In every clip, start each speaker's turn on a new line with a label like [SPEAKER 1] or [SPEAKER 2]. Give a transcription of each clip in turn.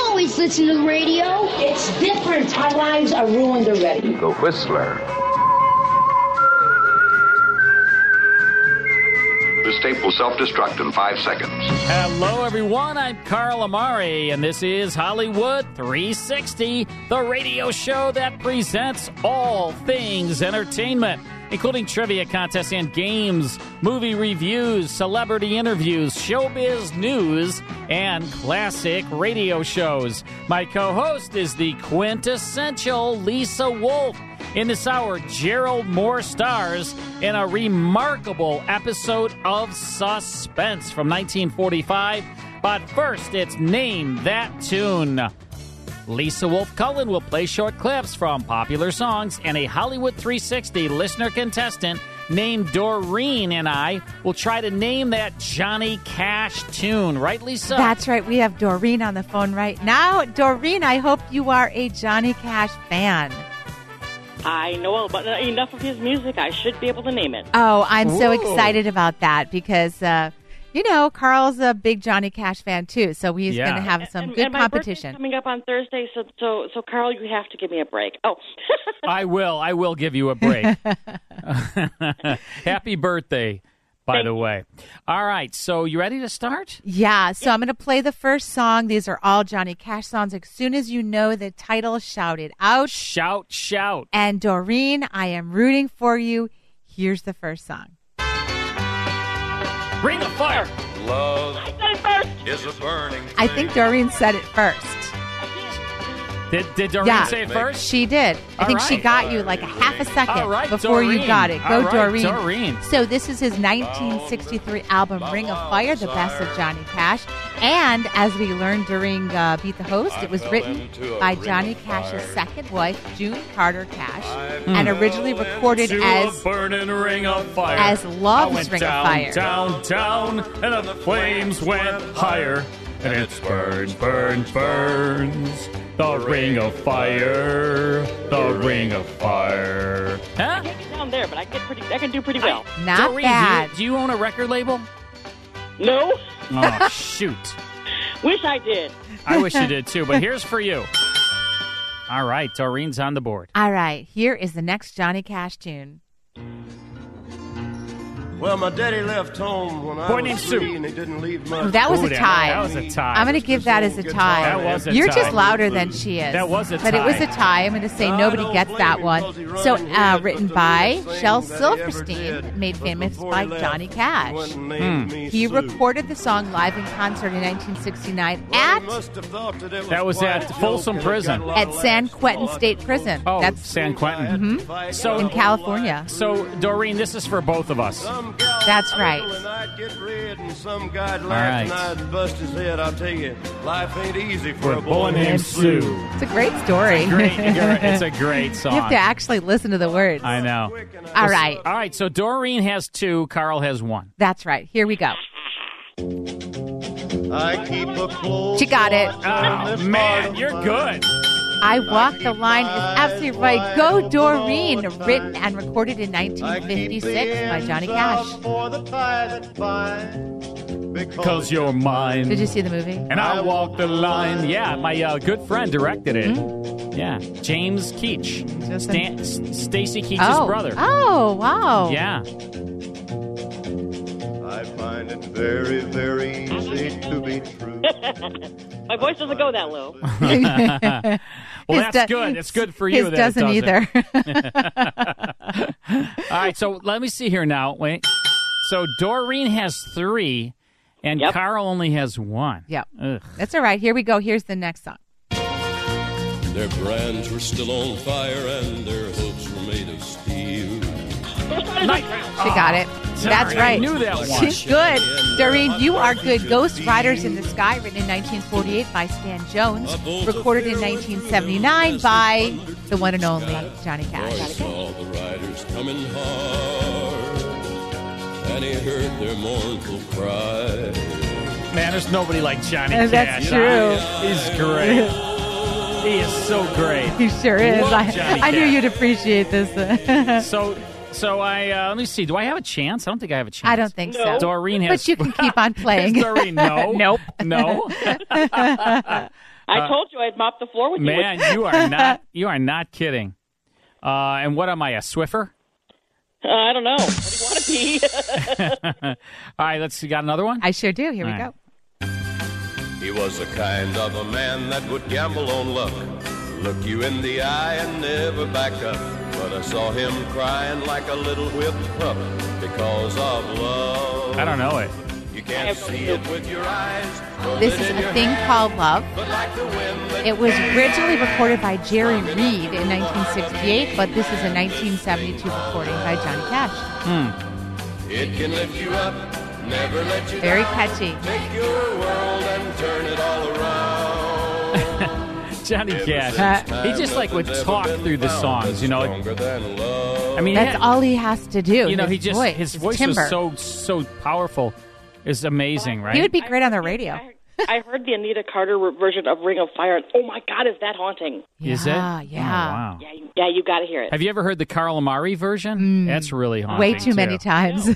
[SPEAKER 1] always listen to the radio.
[SPEAKER 2] It's different. Our lives are ruined already.
[SPEAKER 3] The Whistler.
[SPEAKER 4] This tape will self destruct in five seconds.
[SPEAKER 5] Hello, everyone. I'm Carl Amari, and this is Hollywood 360, the radio show that presents all things entertainment, including trivia contests and games, movie reviews, celebrity interviews, showbiz news, and classic radio shows. My co host is the quintessential Lisa Wolf. In this hour, Gerald Moore stars in a remarkable episode of Suspense from 1945. But first, it's Name That Tune. Lisa Wolf Cullen will play short clips from popular songs, and a Hollywood 360 listener contestant named Doreen and I will try to name that Johnny Cash tune. Right, Lisa?
[SPEAKER 6] That's right. We have Doreen on the phone right now. Doreen, I hope you are a Johnny Cash fan.
[SPEAKER 7] I know about enough of his music. I should be able to name it.
[SPEAKER 6] Oh, I'm so
[SPEAKER 5] Ooh.
[SPEAKER 6] excited about that because, uh, you know, Carl's a big Johnny Cash fan too, so he's
[SPEAKER 5] Yeah.
[SPEAKER 6] going to have some
[SPEAKER 7] and,
[SPEAKER 6] good
[SPEAKER 7] and my birthday's
[SPEAKER 6] competition.
[SPEAKER 7] coming up on Thursday, so so so Carl, you have to give me a break. Oh,
[SPEAKER 5] I will. I will give you a break. Happy birthday, by the way. All right. So, you ready to start?
[SPEAKER 6] Yeah, so I'm going to play the first song. These are all Johnny Cash songs. As soon as you know the title, shout it out.
[SPEAKER 5] Shout, shout.
[SPEAKER 6] And Doreen, I am rooting for you. Here's the first song.
[SPEAKER 5] Ring of fire.
[SPEAKER 7] I said it first.
[SPEAKER 4] Is a burning.
[SPEAKER 6] I think Doreen said it first.
[SPEAKER 5] Did, did Doreen
[SPEAKER 6] Yeah.
[SPEAKER 5] say it first?
[SPEAKER 6] She did. I
[SPEAKER 5] All
[SPEAKER 6] think she
[SPEAKER 5] right.
[SPEAKER 6] got you like a half a second
[SPEAKER 5] All right,
[SPEAKER 6] before you
[SPEAKER 5] Doreen.
[SPEAKER 6] got it. Go,
[SPEAKER 5] All right,
[SPEAKER 6] Doreen.
[SPEAKER 5] Doreen.
[SPEAKER 6] So this is his 1963 album Ring of Fire, the best of Johnny Cash, and as we learned during uh, Beat the Host, it was written by Johnny Cash's second wife, June Carter Cash, and originally recorded
[SPEAKER 5] To
[SPEAKER 6] as
[SPEAKER 5] a burning ring of fire.
[SPEAKER 6] as
[SPEAKER 5] I
[SPEAKER 6] Love's
[SPEAKER 5] went
[SPEAKER 6] Ring of
[SPEAKER 5] down,
[SPEAKER 6] Fire.
[SPEAKER 5] down, down, and the flames went higher. And it burns, burns, burns. The ring of fire. The ring of fire.
[SPEAKER 7] I
[SPEAKER 5] Huh?
[SPEAKER 7] can't get down there, but I can get pretty. I can do pretty well.
[SPEAKER 6] Not
[SPEAKER 5] Doreen, do you-
[SPEAKER 6] bad.
[SPEAKER 5] Do you, own a record label?
[SPEAKER 7] No,
[SPEAKER 5] Oh, shoot.
[SPEAKER 7] wish I did.
[SPEAKER 5] I wish you did too, but here's for you. All right, Doreen's on the board.
[SPEAKER 6] All right, here is the next Johnny Cash tune.
[SPEAKER 8] Well, my daddy left home when I
[SPEAKER 5] Boy named Sue.
[SPEAKER 8] and he didn't leave much.
[SPEAKER 6] That was
[SPEAKER 5] Ooh,
[SPEAKER 6] a
[SPEAKER 5] that-
[SPEAKER 6] tie.
[SPEAKER 5] That was a tie.
[SPEAKER 6] I'm going to give that as a
[SPEAKER 8] Good
[SPEAKER 6] tie.
[SPEAKER 8] tie. That was
[SPEAKER 5] a
[SPEAKER 6] You're
[SPEAKER 5] tie.
[SPEAKER 6] just louder than she is.
[SPEAKER 5] That was a
[SPEAKER 6] But it was
[SPEAKER 5] tie.
[SPEAKER 6] a tie. I'm going to say
[SPEAKER 8] I
[SPEAKER 6] nobody
[SPEAKER 8] don't
[SPEAKER 6] gets
[SPEAKER 8] blame
[SPEAKER 6] that
[SPEAKER 8] him
[SPEAKER 6] one.
[SPEAKER 8] 'cause he
[SPEAKER 6] So,
[SPEAKER 8] run
[SPEAKER 6] uh,
[SPEAKER 8] here
[SPEAKER 6] written
[SPEAKER 8] just to do
[SPEAKER 6] by
[SPEAKER 8] the same
[SPEAKER 6] Shell
[SPEAKER 8] that he ever
[SPEAKER 6] Silverstein,
[SPEAKER 8] did.
[SPEAKER 6] made
[SPEAKER 8] But
[SPEAKER 6] famous
[SPEAKER 8] before
[SPEAKER 6] by
[SPEAKER 8] he left,
[SPEAKER 6] Johnny
[SPEAKER 8] he
[SPEAKER 6] Cash.
[SPEAKER 8] went and named me
[SPEAKER 6] He
[SPEAKER 8] Sue.
[SPEAKER 6] recorded the song live in concert in 1969
[SPEAKER 8] Well, he
[SPEAKER 6] at
[SPEAKER 8] must have thought that, it was
[SPEAKER 5] That was
[SPEAKER 8] quite
[SPEAKER 5] at
[SPEAKER 8] a joke
[SPEAKER 5] Folsom
[SPEAKER 8] and it got
[SPEAKER 5] Prison.
[SPEAKER 8] a lot
[SPEAKER 6] at
[SPEAKER 8] of
[SPEAKER 6] San
[SPEAKER 8] laughs.
[SPEAKER 6] Quentin State Prison.
[SPEAKER 5] Oh,
[SPEAKER 6] That's
[SPEAKER 5] San Quentin.
[SPEAKER 6] Mm-hmm.
[SPEAKER 8] Mhm.
[SPEAKER 5] So-
[SPEAKER 6] in California.
[SPEAKER 5] So, Doreen, this is for both of us.
[SPEAKER 6] That's right.
[SPEAKER 8] All
[SPEAKER 5] right.
[SPEAKER 8] bust his head. I'll tell you, life ain't easy for
[SPEAKER 5] We're
[SPEAKER 8] a boy named Sue.
[SPEAKER 6] It's a great story.
[SPEAKER 5] Great,
[SPEAKER 6] you
[SPEAKER 5] it's a great
[SPEAKER 6] have
[SPEAKER 5] song.
[SPEAKER 6] to actually listen to the words.
[SPEAKER 5] I know.
[SPEAKER 6] All right.
[SPEAKER 5] All right, so Doreen has two, Carl has one.
[SPEAKER 6] That's right. Here we go.
[SPEAKER 8] I keep a close
[SPEAKER 6] She got it.
[SPEAKER 5] Oh, man, you're good.
[SPEAKER 6] I Walk the Line is absolutely right. Go Doreen, written and recorded in 1956 by Johnny Cash.
[SPEAKER 5] Because you're mine.
[SPEAKER 6] Did you see the movie?
[SPEAKER 5] and I walk the line. Yeah, my uh, good friend directed it. Yeah, James Keach, Stan- S- Stacy Keach's
[SPEAKER 6] oh.
[SPEAKER 5] brother.
[SPEAKER 6] Oh, wow.
[SPEAKER 5] Yeah,
[SPEAKER 8] I find it very, very easy to be true.
[SPEAKER 7] My voice doesn't go that low.
[SPEAKER 5] well,
[SPEAKER 6] His
[SPEAKER 5] that's
[SPEAKER 6] do-
[SPEAKER 5] good. That's good for
[SPEAKER 6] his
[SPEAKER 5] you. that it
[SPEAKER 6] doesn't either.
[SPEAKER 5] All right, so let me see here now. Wait, so Doreen has three, and
[SPEAKER 7] Yep.
[SPEAKER 5] Carl only has one.
[SPEAKER 6] Yep.
[SPEAKER 5] Ugh.
[SPEAKER 6] That's all right. Here we go. Here's the next song.
[SPEAKER 9] Their brands were still on fire and their hooves were made of steel.
[SPEAKER 5] Night-
[SPEAKER 6] She got it.
[SPEAKER 5] guitar.
[SPEAKER 6] That's
[SPEAKER 5] I
[SPEAKER 6] right.
[SPEAKER 5] knew that one.
[SPEAKER 6] She's good. Doreen, You Are Good. Ghost Riders in the Sky, written in 1948 by Stan Jones, recorded in 1979 by the one and only Johnny Cash.
[SPEAKER 9] Saw the riders coming hard, and he heard their mournful cry.
[SPEAKER 5] Man, there's nobody like Johnny
[SPEAKER 6] Uh,
[SPEAKER 5] Cash.
[SPEAKER 6] that's true.
[SPEAKER 5] I- he's great. he is so great.
[SPEAKER 6] He sure is.
[SPEAKER 5] Love
[SPEAKER 6] I,
[SPEAKER 5] Johnny
[SPEAKER 6] I knew
[SPEAKER 5] Cash.
[SPEAKER 6] you'd appreciate this.
[SPEAKER 5] So, so I uh, let me see. Do I have a chance? I don't think I have a chance.
[SPEAKER 6] I don't think so.
[SPEAKER 5] Doreen has.
[SPEAKER 6] But you can keep on
[SPEAKER 5] Has
[SPEAKER 6] playing.
[SPEAKER 5] Doreen, no,
[SPEAKER 6] Nope.
[SPEAKER 5] no.
[SPEAKER 7] I told you I'd mop the floor with you.
[SPEAKER 5] Uh, Man, you are not. You are not kidding. Uh, and what am I, a Swiffer?
[SPEAKER 7] Uh, I don't know. What do you want to be?
[SPEAKER 5] All right, let's. You got another one?
[SPEAKER 6] I sure do. Here we
[SPEAKER 5] All right.
[SPEAKER 6] go.
[SPEAKER 9] He was the kind of a man that would gamble on luck. Look you in the eye and never back up. But I saw him crying like a little whipped pup because of love.
[SPEAKER 5] I don't know it.
[SPEAKER 9] You can't see it with your eyes. but
[SPEAKER 6] This
[SPEAKER 9] it
[SPEAKER 6] is
[SPEAKER 9] in
[SPEAKER 6] a
[SPEAKER 9] your
[SPEAKER 6] thing
[SPEAKER 9] hand.
[SPEAKER 6] called love.
[SPEAKER 9] But like the wind that
[SPEAKER 6] It was originally recorded by Jerry Reed in 1968, but this is a 1972 recording by Johnny Cash.
[SPEAKER 5] Hmm.
[SPEAKER 9] It can lift you up, never let you
[SPEAKER 6] Very
[SPEAKER 9] down.
[SPEAKER 6] catchy.
[SPEAKER 9] Take your world and turn it all around.
[SPEAKER 5] Johnny Cash.
[SPEAKER 6] Uh,
[SPEAKER 5] he just like would talk through the songs, you know. I
[SPEAKER 9] I
[SPEAKER 5] mean,
[SPEAKER 6] That's
[SPEAKER 5] he-
[SPEAKER 6] all he has to do.
[SPEAKER 5] You know,
[SPEAKER 6] his
[SPEAKER 5] he just
[SPEAKER 6] voice,
[SPEAKER 5] his voice
[SPEAKER 6] timbre.
[SPEAKER 5] was so so powerful. Is amazing, right?
[SPEAKER 6] He would be great on
[SPEAKER 7] I
[SPEAKER 6] the
[SPEAKER 7] heard
[SPEAKER 6] radio.
[SPEAKER 7] I heard, I heard the Anita Carter re- version of Ring of Fire. and Oh my God, is that haunting?
[SPEAKER 5] Is it?
[SPEAKER 6] yeah,
[SPEAKER 5] Oh,
[SPEAKER 6] Yeah. Mm.
[SPEAKER 5] wow.
[SPEAKER 7] Yeah, you, yeah, you got to hear it.
[SPEAKER 5] Have you ever heard the Carl Amari version? That's really haunting.
[SPEAKER 6] Way too many times.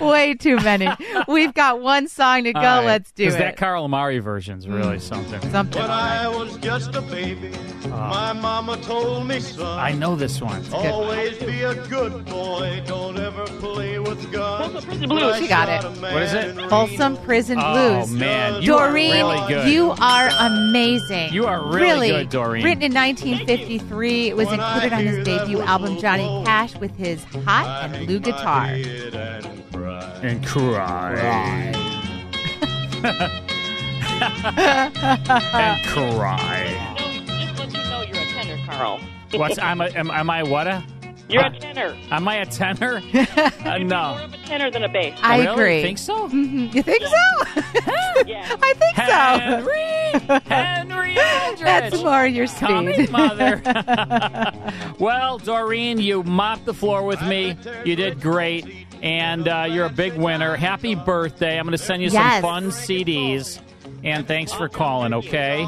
[SPEAKER 6] Way too many. We've got one song to go.
[SPEAKER 5] All right.
[SPEAKER 6] Let's do
[SPEAKER 5] 'Cause
[SPEAKER 6] it. Mm.
[SPEAKER 5] That Carl Amari version's really something.
[SPEAKER 6] Something.
[SPEAKER 9] When I was just a baby,
[SPEAKER 5] Ah.
[SPEAKER 9] my mama told me, son,
[SPEAKER 5] I know this one.
[SPEAKER 6] Oh.
[SPEAKER 9] always be a good boy. Don't ever play with guns.
[SPEAKER 7] Folsom Prison Blues.
[SPEAKER 6] She got it.
[SPEAKER 5] What is it?
[SPEAKER 6] Folsom Prison
[SPEAKER 5] Oh
[SPEAKER 6] Blues.
[SPEAKER 5] man, you
[SPEAKER 6] Doreen,
[SPEAKER 5] are really good.
[SPEAKER 6] you are amazing.
[SPEAKER 5] You are really good, Doreen.
[SPEAKER 6] Written in 1953, it was
[SPEAKER 9] When I
[SPEAKER 6] included on
[SPEAKER 9] hear
[SPEAKER 6] his
[SPEAKER 9] that
[SPEAKER 6] debut
[SPEAKER 9] whistle
[SPEAKER 6] album Johnny
[SPEAKER 9] blow,
[SPEAKER 6] Cash with his hot and blue guitar.
[SPEAKER 5] and cry and cry.
[SPEAKER 7] Just let you know you're a tenor, Carl.
[SPEAKER 5] What's I'm a, am, am I what a?
[SPEAKER 7] You're a tenor.
[SPEAKER 5] Am I a tenor? Uh,
[SPEAKER 7] More
[SPEAKER 5] no.
[SPEAKER 7] of a tenor than a bass.
[SPEAKER 6] I
[SPEAKER 5] Really?
[SPEAKER 6] agree.
[SPEAKER 5] Think so?
[SPEAKER 6] You think so?
[SPEAKER 7] Yeah.
[SPEAKER 6] I think so.
[SPEAKER 5] Henry, Henry,
[SPEAKER 6] That's
[SPEAKER 5] Aldridge.
[SPEAKER 6] more your
[SPEAKER 5] Come in,
[SPEAKER 6] speed.
[SPEAKER 5] mother. well, Doreen, you mopped the floor with me. You did great. And uh, you're a big winner. Happy birthday. I'm going to send you
[SPEAKER 6] Yes.
[SPEAKER 5] some fun CDs. And thanks for calling, okay?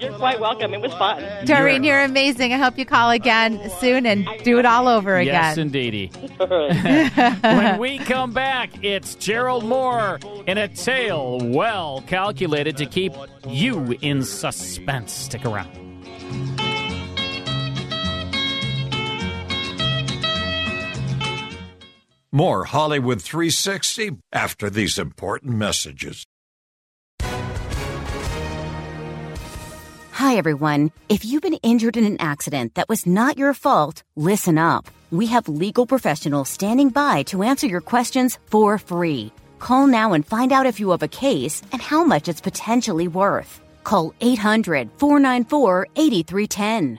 [SPEAKER 7] You're quite welcome. It was fun.
[SPEAKER 6] Doreen, you're amazing. I hope you call again soon and do it all over
[SPEAKER 5] Yes,
[SPEAKER 6] again.
[SPEAKER 5] indeedy.
[SPEAKER 7] All right.
[SPEAKER 5] when we come back, it's Gerald Moore in a tale well calculated to keep you in suspense. Stick around.
[SPEAKER 10] More Hollywood 360 after these important messages.
[SPEAKER 3] Hi, everyone. If you've been injured in an accident that was not your fault, listen up. We have legal professionals standing by to answer your questions for free. Call now and find out if you have a case and how much it's potentially worth. Call 800 494 8310.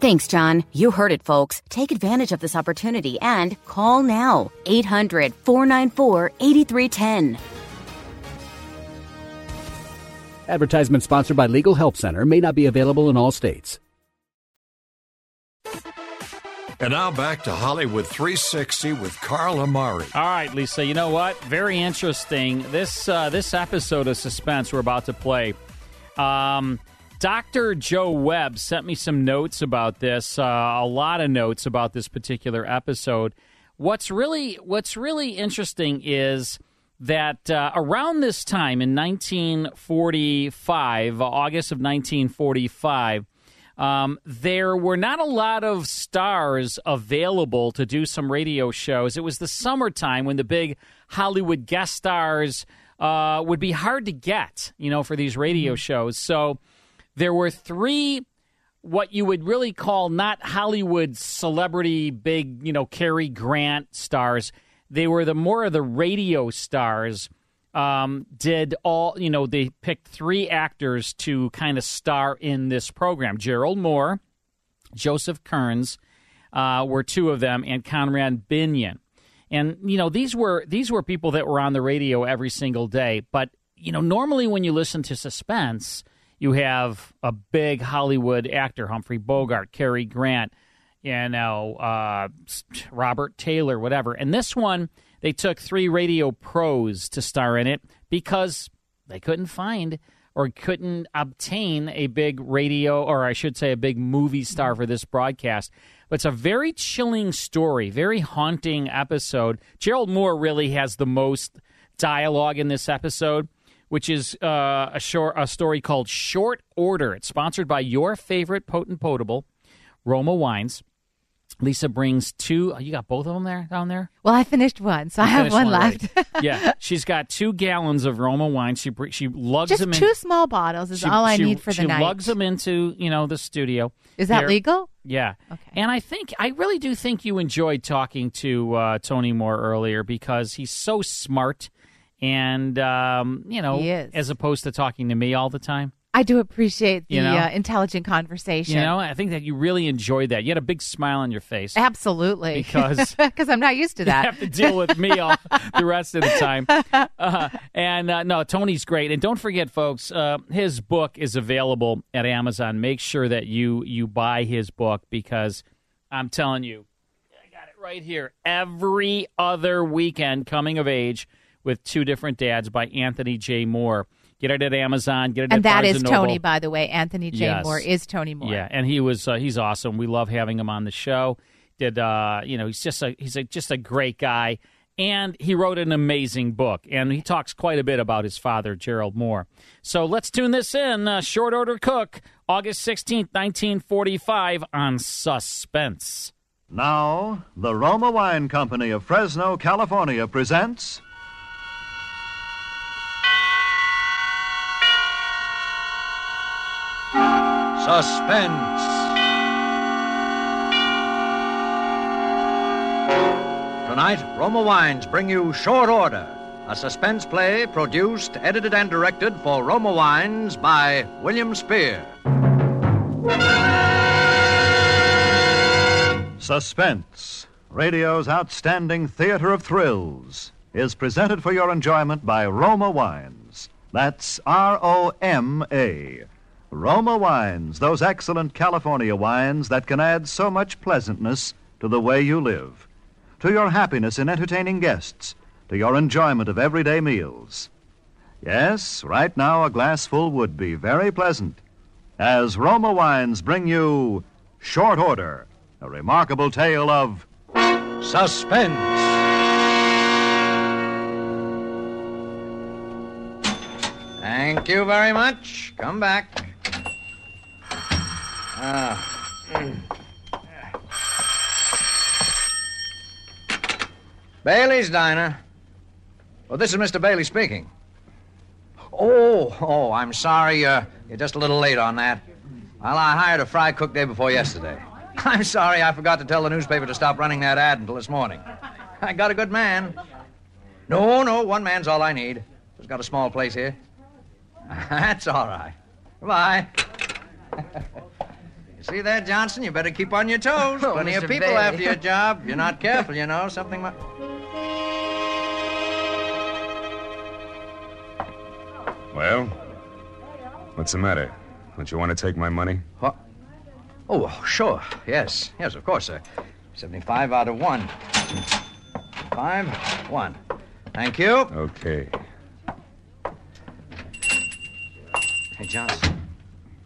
[SPEAKER 3] Thanks, John. You heard it, folks. Take advantage of this opportunity and call now 800 494 8310.
[SPEAKER 11] Advertisement sponsored by Legal Help Center may not be available in all states.
[SPEAKER 10] And now back to Hollywood 360 with Carl Amari.
[SPEAKER 5] All right, Lisa. You know what? Very interesting. This uh, this episode of Suspense we're about to play. Um, Doctor Joe Webb sent me some notes about this. Uh, a lot of notes about this particular episode. What's really what's really interesting is that uh, around this time in 1945, August of 1945 um, there were not a lot of stars available to do some radio shows. It was the summertime when the big Hollywood guest stars uh, would be hard to get, you know, for these radio shows. So there were three what you would really call not Hollywood celebrity, big, you know, Cary Grant stars. They were the more of the radio stars. Um, did all you know? They picked three actors to kind of star in this program: Gerald Moore, Joseph Kearns uh, were two of them, and Conrad Binion. And you know these were these were people that were on the radio every single day. But you know normally when you listen to Suspense, you have a big Hollywood actor, Humphrey Bogart, Cary Grant, you know uh, Robert Taylor, whatever. And this one, they took three radio pros to star in it because they couldn't find or couldn't obtain a big radio, or I should say, a big movie star for this broadcast. But it's a very chilling story, very haunting episode. Gerald Moore really has the most dialogue in this episode, which is uh, a short a story called Short Order. It's sponsored by your favorite potent potable, Roma Wines. Lisa brings two. oh, You got both of them there down there.
[SPEAKER 6] Well, I finished one, so I
[SPEAKER 5] You
[SPEAKER 6] have
[SPEAKER 5] finished
[SPEAKER 6] one, left.
[SPEAKER 5] already. yeah, she's got two gallons of Roma wine. She br- she lugs
[SPEAKER 6] Just
[SPEAKER 5] them in.
[SPEAKER 6] two small bottles is all I need for
[SPEAKER 5] she
[SPEAKER 6] the night.
[SPEAKER 5] lugs them into you know the studio.
[SPEAKER 6] Is that
[SPEAKER 5] Here-
[SPEAKER 6] legal?
[SPEAKER 5] Yeah. Okay. And I think I really do think you enjoyed talking to uh, Tony Moore earlier because he's so smart, and um, you know,
[SPEAKER 6] He is.
[SPEAKER 5] as opposed to talking to me all the time.
[SPEAKER 6] I do appreciate the
[SPEAKER 5] You know?
[SPEAKER 6] uh, intelligent conversation.
[SPEAKER 5] You know, I think that you really enjoyed that. You had a big smile on your face.
[SPEAKER 6] Absolutely.
[SPEAKER 5] Because-
[SPEAKER 6] because I'm not used to that.
[SPEAKER 5] You have to deal with me all the rest of the time. Uh, and uh, no, Tony's great. And don't forget, folks, uh, his book is available at Amazon. Make sure that you you buy his book because I'm telling you, I got it right here. Every other weekend, coming of age with two different dads by Anthony J. Moore. Get it at Amazon. Get it at
[SPEAKER 6] and that
[SPEAKER 5] Barnes
[SPEAKER 6] is
[SPEAKER 5] Noble.
[SPEAKER 6] Tony, by the way. Anthony J.
[SPEAKER 5] Yes.
[SPEAKER 6] Moore is Tony Moore.
[SPEAKER 5] Yeah, and he was uh, he's awesome. We love having him on the show. Did uh, you know he's just a he's a, just a great guy, and he wrote an amazing book, and he talks quite a bit about his father, Gerald Moore. So let's tune this in. Uh, Short Order Cook, August sixteenth, nineteen forty-five, on Suspense.
[SPEAKER 12] Now, the Roma Wine Company of Fresno, California presents.
[SPEAKER 13] Suspense. Tonight, Roma Wines bring you Short Order, a suspense play produced, edited, and directed for Roma Wines by William Spear.
[SPEAKER 12] Suspense, radio's outstanding theater of thrills, is presented for your enjoyment by Roma Wines. That's R O M A. Roma Wines, those excellent California wines that can add so much pleasantness to the way you live, to your happiness in entertaining guests, to your enjoyment of everyday meals. Yes, right now a glassful would be very pleasant. As Roma Wines bring you Short Order, a remarkable tale of suspense.
[SPEAKER 13] Thank you very much. Come back. Ah. Bailey's Diner. Well, this is Mr. Bailey speaking. Oh, oh, I'm sorry. Uh, you're just a little late on that. Well, I hired a fry cook day before yesterday. I'm sorry I forgot to tell the newspaper to stop running that ad until this morning. I got a good man. No, no, one man's all I need. Just got a small place here. That's all right. Goodbye. you see that, Johnson? You better keep on your toes.
[SPEAKER 14] Oh,
[SPEAKER 13] Plenty
[SPEAKER 14] Mr.
[SPEAKER 13] of people
[SPEAKER 14] Bailey.
[SPEAKER 13] after your job. You're not careful, you know. Something might.
[SPEAKER 15] Well, what's the matter? Don't you want to take my money?
[SPEAKER 13] What? Oh, sure. Yes, yes, of course, sir. 75 out of one. Five, one. Thank you.
[SPEAKER 15] Okay.
[SPEAKER 13] Hey, Johnson.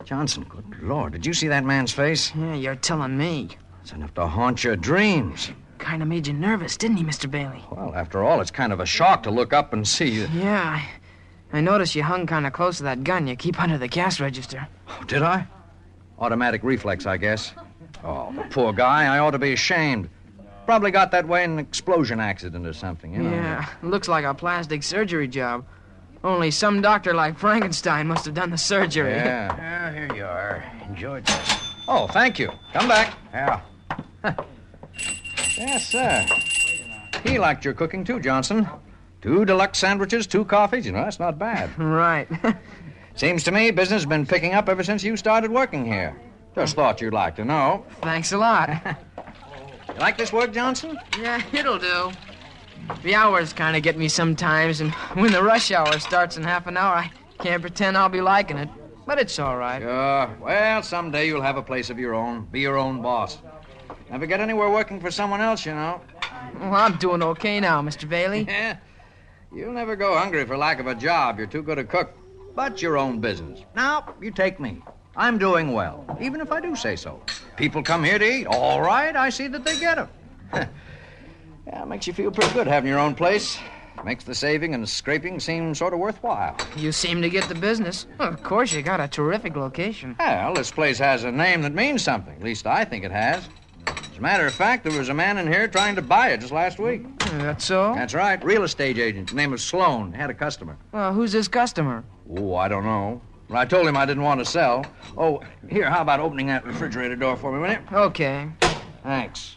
[SPEAKER 13] Johnson, good Lord, did you see that man's face? you're telling me. It's enough to haunt your dreams.
[SPEAKER 16] Kind of made you nervous, didn't he, Mr. Bailey?
[SPEAKER 13] Well, after all, it's kind of a shock to look up and see you.
[SPEAKER 16] Yeah, I, I noticed you hung kind of close to that gun you keep under the gas register.
[SPEAKER 13] Did I? Automatic reflex, I guess. Oh, the poor guy. I ought to be ashamed. Probably got that way in an explosion accident or something, you know.
[SPEAKER 16] Yeah, looks like a plastic surgery job. Only some doctor like Frankenstein must have done the surgery.
[SPEAKER 13] Yeah.
[SPEAKER 14] Well, Oh, here you are. Enjoy this.
[SPEAKER 13] Oh, thank you. Come back.
[SPEAKER 14] Yeah.
[SPEAKER 13] Yes, sir. He liked your cooking too, Johnson. Two deluxe sandwiches, two coffees. You know, that's not bad.
[SPEAKER 16] right.
[SPEAKER 13] Seems to me business has been picking up ever since you started working here. Just thought you'd like to know.
[SPEAKER 16] Thanks a lot.
[SPEAKER 13] You like this work, Johnson?
[SPEAKER 16] yeah, it'll do. The hours kind of get me sometimes, and when the rush hour starts in half an hour, I can't pretend I'll be liking it. But it's all right.
[SPEAKER 13] Sure. Well, someday you'll have a place of your own. Be your own boss. Never get anywhere working for someone else, you know.
[SPEAKER 16] Well, I'm doing okay now, Mr. Bailey.
[SPEAKER 13] Yeah. You'll never go hungry for lack of a job. You're too good a cook. But your own business. Now, you take me. I'm doing well, even if I do say so. People come here to eat. All right, I see that they get 'em. yeah, it makes you feel pretty good having your own place. Makes the saving and scraping seem sort of worthwhile.
[SPEAKER 16] You seem to get the business. Well, of course, you got a terrific location.
[SPEAKER 13] Well, this place has a name that means something. At least I think it has. As a matter of fact, there was a man in here trying to buy it just last week.
[SPEAKER 16] That's so?
[SPEAKER 13] That's right. Real estate agent. His name is Sloan. Had a customer.
[SPEAKER 16] Well, who's this customer?
[SPEAKER 13] Oh, I don't know. But I told him I didn't want to sell. Oh, here, how about opening that refrigerator door for me a minute?
[SPEAKER 16] Okay.
[SPEAKER 13] Thanks.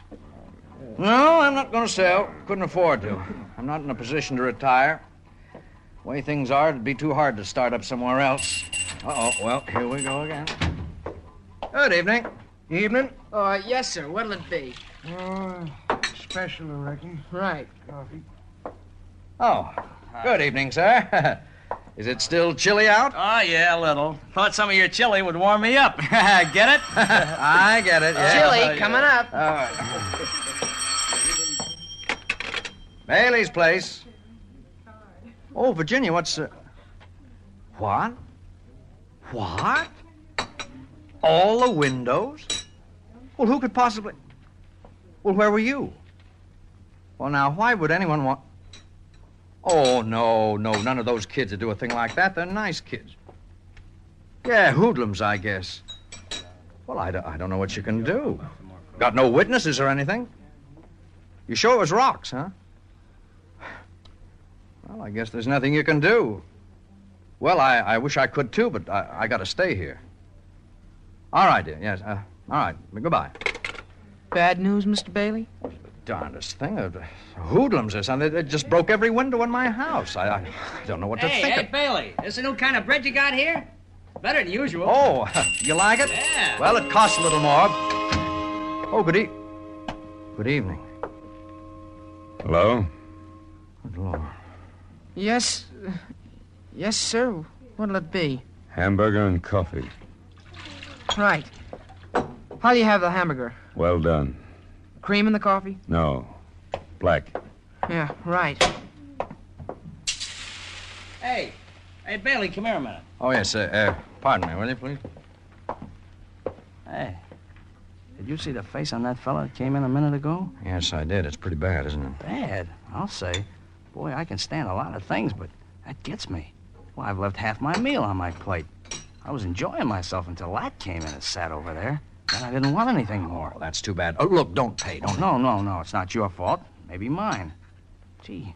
[SPEAKER 13] No, I'm not going to sell. Couldn't afford to. I'm not in a position to retire. The way things are, it'd be too hard to start up somewhere else. Uh oh, well, here we go again. Good evening. Evening.
[SPEAKER 16] Uh, yes, sir. What'll it be?
[SPEAKER 14] Uh, special, I reckon.
[SPEAKER 16] Right.
[SPEAKER 14] Coffee.
[SPEAKER 13] Oh, good evening, sir. Is it still chilly out?
[SPEAKER 17] Ah,
[SPEAKER 18] Oh, yeah, a little. Thought some of your chili would warm me up. get it?
[SPEAKER 13] I get it. yeah.
[SPEAKER 16] Chili
[SPEAKER 13] Oh, yeah.
[SPEAKER 16] coming up.
[SPEAKER 13] All right. Bailey's place. Oh, Virginia, what's. Uh... What? What? All the windows? Well, who could possibly. Well, where were you? Well, now, why would anyone want. Oh, no, no, none of those kids would do a thing like that. They're nice kids. Yeah, hoodlums, I guess. Well, I don't, I don't know what you can do. Got no witnesses or anything. You sure it was rocks, huh? Well, I guess there's nothing you can do. Well, I, I wish I could too, but I, I gotta stay here. All right, dear. Yes. Uh, all right. Goodbye.
[SPEAKER 16] Bad news, Mr. Bailey?
[SPEAKER 13] Darndest thing. Uh, hoodlums or something. They just broke every window in my house. I, I, I don't know what to
[SPEAKER 17] Hey,
[SPEAKER 13] think
[SPEAKER 17] hey,
[SPEAKER 13] of.
[SPEAKER 17] Bailey, this a new kind of bread you got here? Better than usual.
[SPEAKER 13] Oh, you like it?
[SPEAKER 17] Yeah.
[SPEAKER 13] Well, it costs a little more. Oh, good e- Good evening.
[SPEAKER 15] Hello?
[SPEAKER 13] Good Lord.
[SPEAKER 16] Yes. uh, Yes, sir. What'll it be?
[SPEAKER 15] Hamburger and coffee.
[SPEAKER 16] Right. How do you have the hamburger?
[SPEAKER 15] Well done.
[SPEAKER 16] Cream in the coffee?
[SPEAKER 15] No. Black.
[SPEAKER 16] Yeah, right.
[SPEAKER 17] Hey, hey, Bailey, come here a minute.
[SPEAKER 13] Oh, yes. Uh, uh, pardon me, will you, please?
[SPEAKER 17] Hey, did you see the face on that fella that came in a minute ago?
[SPEAKER 13] Yes, I did. It's pretty bad, isn't it?
[SPEAKER 17] Bad, I'll say. Boy, I can stand a lot of things, but that gets me. Well, I've left half my meal on my plate. I was enjoying myself until that came in and sat over there. Then I didn't want anything more.
[SPEAKER 13] Oh, that's too bad. Oh, look, don't pay. Don't.
[SPEAKER 17] No, no, no. It's not your fault. Maybe mine. Gee,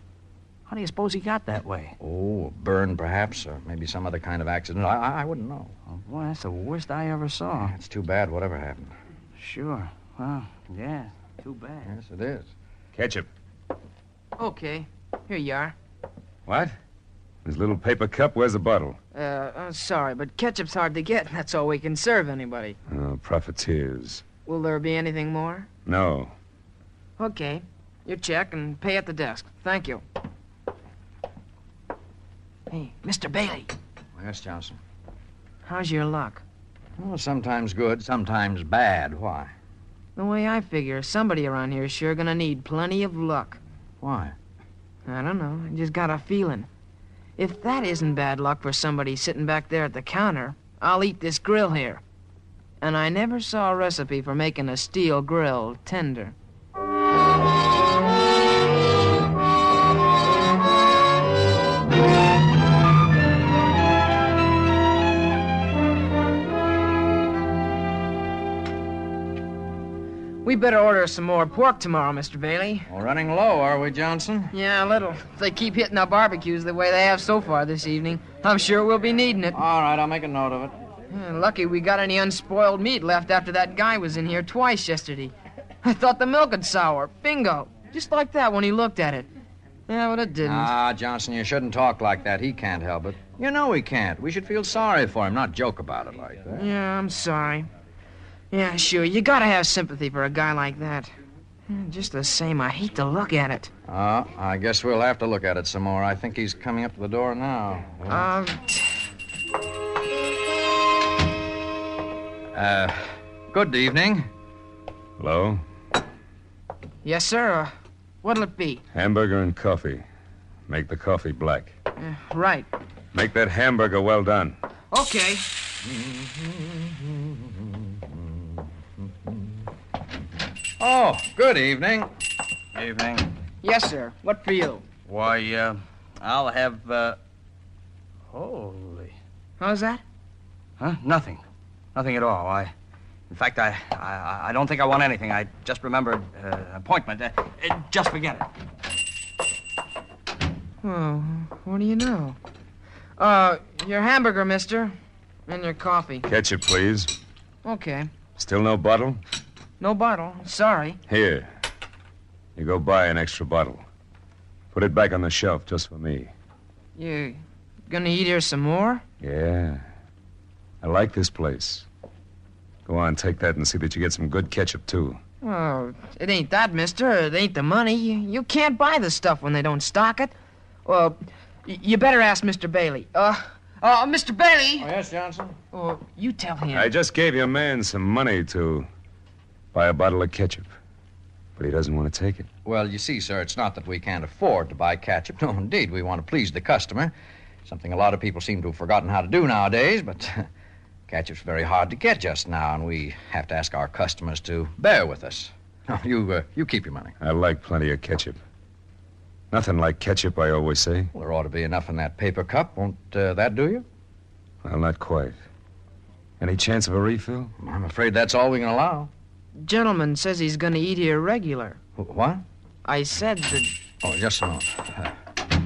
[SPEAKER 17] how do you suppose he got that way?
[SPEAKER 13] Oh, a burn, perhaps, or maybe some other kind of accident. I, I, I wouldn't know.
[SPEAKER 17] Oh, boy, that's the worst I ever saw.
[SPEAKER 13] It's too bad, whatever happened.
[SPEAKER 17] Sure. Well, yeah, too bad.
[SPEAKER 13] Yes, it is.
[SPEAKER 15] Ketchup.
[SPEAKER 16] Okay. Here you are.
[SPEAKER 15] What? This little paper cup, where's the bottle?
[SPEAKER 16] Uh, I'm sorry, but ketchup's hard to get, and that's all we can serve anybody.
[SPEAKER 15] Oh, profiteers.
[SPEAKER 16] Will there be anything more?
[SPEAKER 15] No.
[SPEAKER 16] Okay. Your check and pay at the desk. Thank you. Hey, Mr. Bailey,
[SPEAKER 13] Yes, Johnson.
[SPEAKER 16] how's your luck?
[SPEAKER 13] Well, sometimes good, sometimes bad. Why?
[SPEAKER 16] The way I figure, somebody around here is sure gonna need plenty of luck.
[SPEAKER 13] Why?
[SPEAKER 16] I don't know. I just got a feeling. If that isn't bad luck for somebody sitting back there at the counter, I'll eat this grill here. And I never saw a recipe for making a steel grill tender. We We better order some more pork tomorrow, Mr. Bailey.
[SPEAKER 13] We're running low, are we, Johnson?
[SPEAKER 16] Yeah, a little. If they keep hitting our barbecues the way they have so far this evening, I'm sure we'll be needing it.
[SPEAKER 13] All right, I'll make a note of it.
[SPEAKER 16] Yeah, lucky we got any unspoiled meat left after that guy was in here twice yesterday. I thought the milk had sour. Bingo. Just like that when he looked at it. Yeah, but it didn't.
[SPEAKER 13] Ah, Johnson, you shouldn't talk like that. He can't help it. You know he can't. We should feel sorry for him, not joke about it like that.
[SPEAKER 16] Yeah, I'm sorry. Yeah, sure. You gotta have sympathy for a guy like that. Yeah, Just the same, I hate to look at it.
[SPEAKER 13] Uh, I guess we'll have to look at it some more. I think he's coming up to the door now.
[SPEAKER 16] Um,
[SPEAKER 13] Uh, good evening.
[SPEAKER 15] Hello?
[SPEAKER 16] yes, sir. Uh, what'll it be?
[SPEAKER 15] Hamburger and coffee. Make the coffee black.
[SPEAKER 16] Uh, right.
[SPEAKER 15] Make that hamburger well done.
[SPEAKER 16] Okay.
[SPEAKER 13] Oh, good evening.
[SPEAKER 19] Evening.
[SPEAKER 16] Yes, sir. What for you?
[SPEAKER 19] Why, uh, I'll have, uh. Holy.
[SPEAKER 16] How's that?
[SPEAKER 17] Huh? Nothing. Nothing at all. I, in fact, I, I, I don't think I want anything. I just remembered uh, an appointment. Uh, uh, just forget it.
[SPEAKER 16] Oh, what do you know? Uh, your hamburger, mister. And your coffee.
[SPEAKER 15] Ketchup, please.
[SPEAKER 16] Okay.
[SPEAKER 15] Still no bottle?
[SPEAKER 16] No bottle. Sorry.
[SPEAKER 15] Here. You go buy an extra bottle. Put it back on the shelf just for me.
[SPEAKER 16] You gonna eat here some more?
[SPEAKER 15] Yeah. I like this place. Go on, take that and see that you get some good ketchup, too.
[SPEAKER 16] Oh, it ain't that, mister. It ain't the money. You, you can't buy the stuff when they don't stock it. Well, y- you better ask Mr. Bailey. Uh, uh, Mr. Bailey.
[SPEAKER 13] Oh, yes, Johnson.
[SPEAKER 16] Oh, you tell him.
[SPEAKER 15] I just gave your man some money to buy a bottle of ketchup, but he doesn't want to take it.
[SPEAKER 13] Well, you see, sir, it's not that we can't afford to buy ketchup. No, indeed, we want to please the customer. Something a lot of people seem to have forgotten how to do nowadays, but ketchup's very hard to get just now, and we have to ask our customers to bear with us. No, you, uh, you keep your money.
[SPEAKER 15] I like plenty of ketchup. Nothing like ketchup, I always say.
[SPEAKER 13] Well, there ought to be enough in that paper cup. Won't uh, that do you?
[SPEAKER 15] Well, not quite. Any chance of a refill?
[SPEAKER 13] I'm afraid that's all we can allow.
[SPEAKER 16] Gentleman says he's gonna eat here regular.
[SPEAKER 13] Wh- What?
[SPEAKER 16] I said that.
[SPEAKER 13] Oh, just a moment. Uh,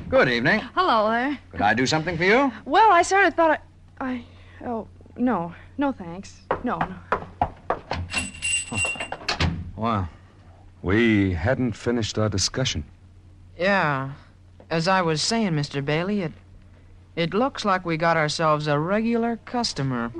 [SPEAKER 13] good evening.
[SPEAKER 20] Hello there.
[SPEAKER 13] Could I do something for you?
[SPEAKER 20] Well, I sort of thought I, I, oh no, no thanks, no, no.
[SPEAKER 13] Wow.
[SPEAKER 15] We hadn't finished our discussion.
[SPEAKER 16] Yeah. As I was saying, Mr. Bailey, it it looks like we got ourselves a regular customer.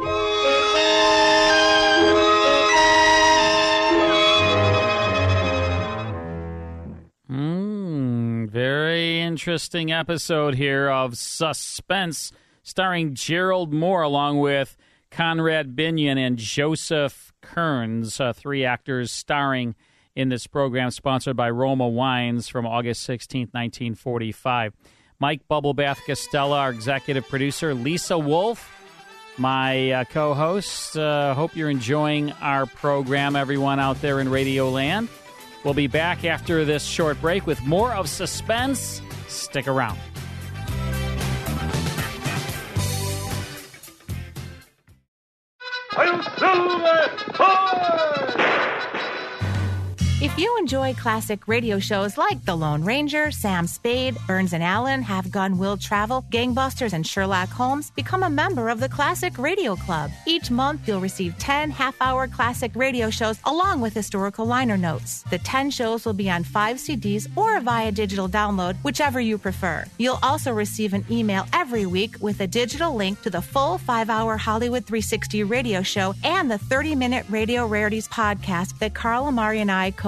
[SPEAKER 5] Mm, very interesting episode here of Suspense, starring Gerald Moore along with Conrad Binion and Joseph Kearns, uh, three actors starring in this program, sponsored by Roma Wines from August 16, 1945. Mike Bubblebath Costella, our executive producer, Lisa Wolf my uh, co host. Uh, hope you're enjoying our program, everyone out there in Radio Land. We'll be back after this short break with more of suspense. Stick around.
[SPEAKER 6] If you enjoy classic radio shows like The Lone Ranger, Sam Spade, Burns and Allen, Have Gone Will Travel, Gangbusters, and Sherlock Holmes, become a member of the Classic Radio Club. Each month, you'll receive 10 half hour classic radio shows along with historical liner notes. The 10 shows will be on five CDs or via digital download, whichever you prefer. You'll also receive an email every week with a digital link to the full five hour Hollywood 360 radio show and the 30 minute Radio Rarities podcast that Carl Amari and I co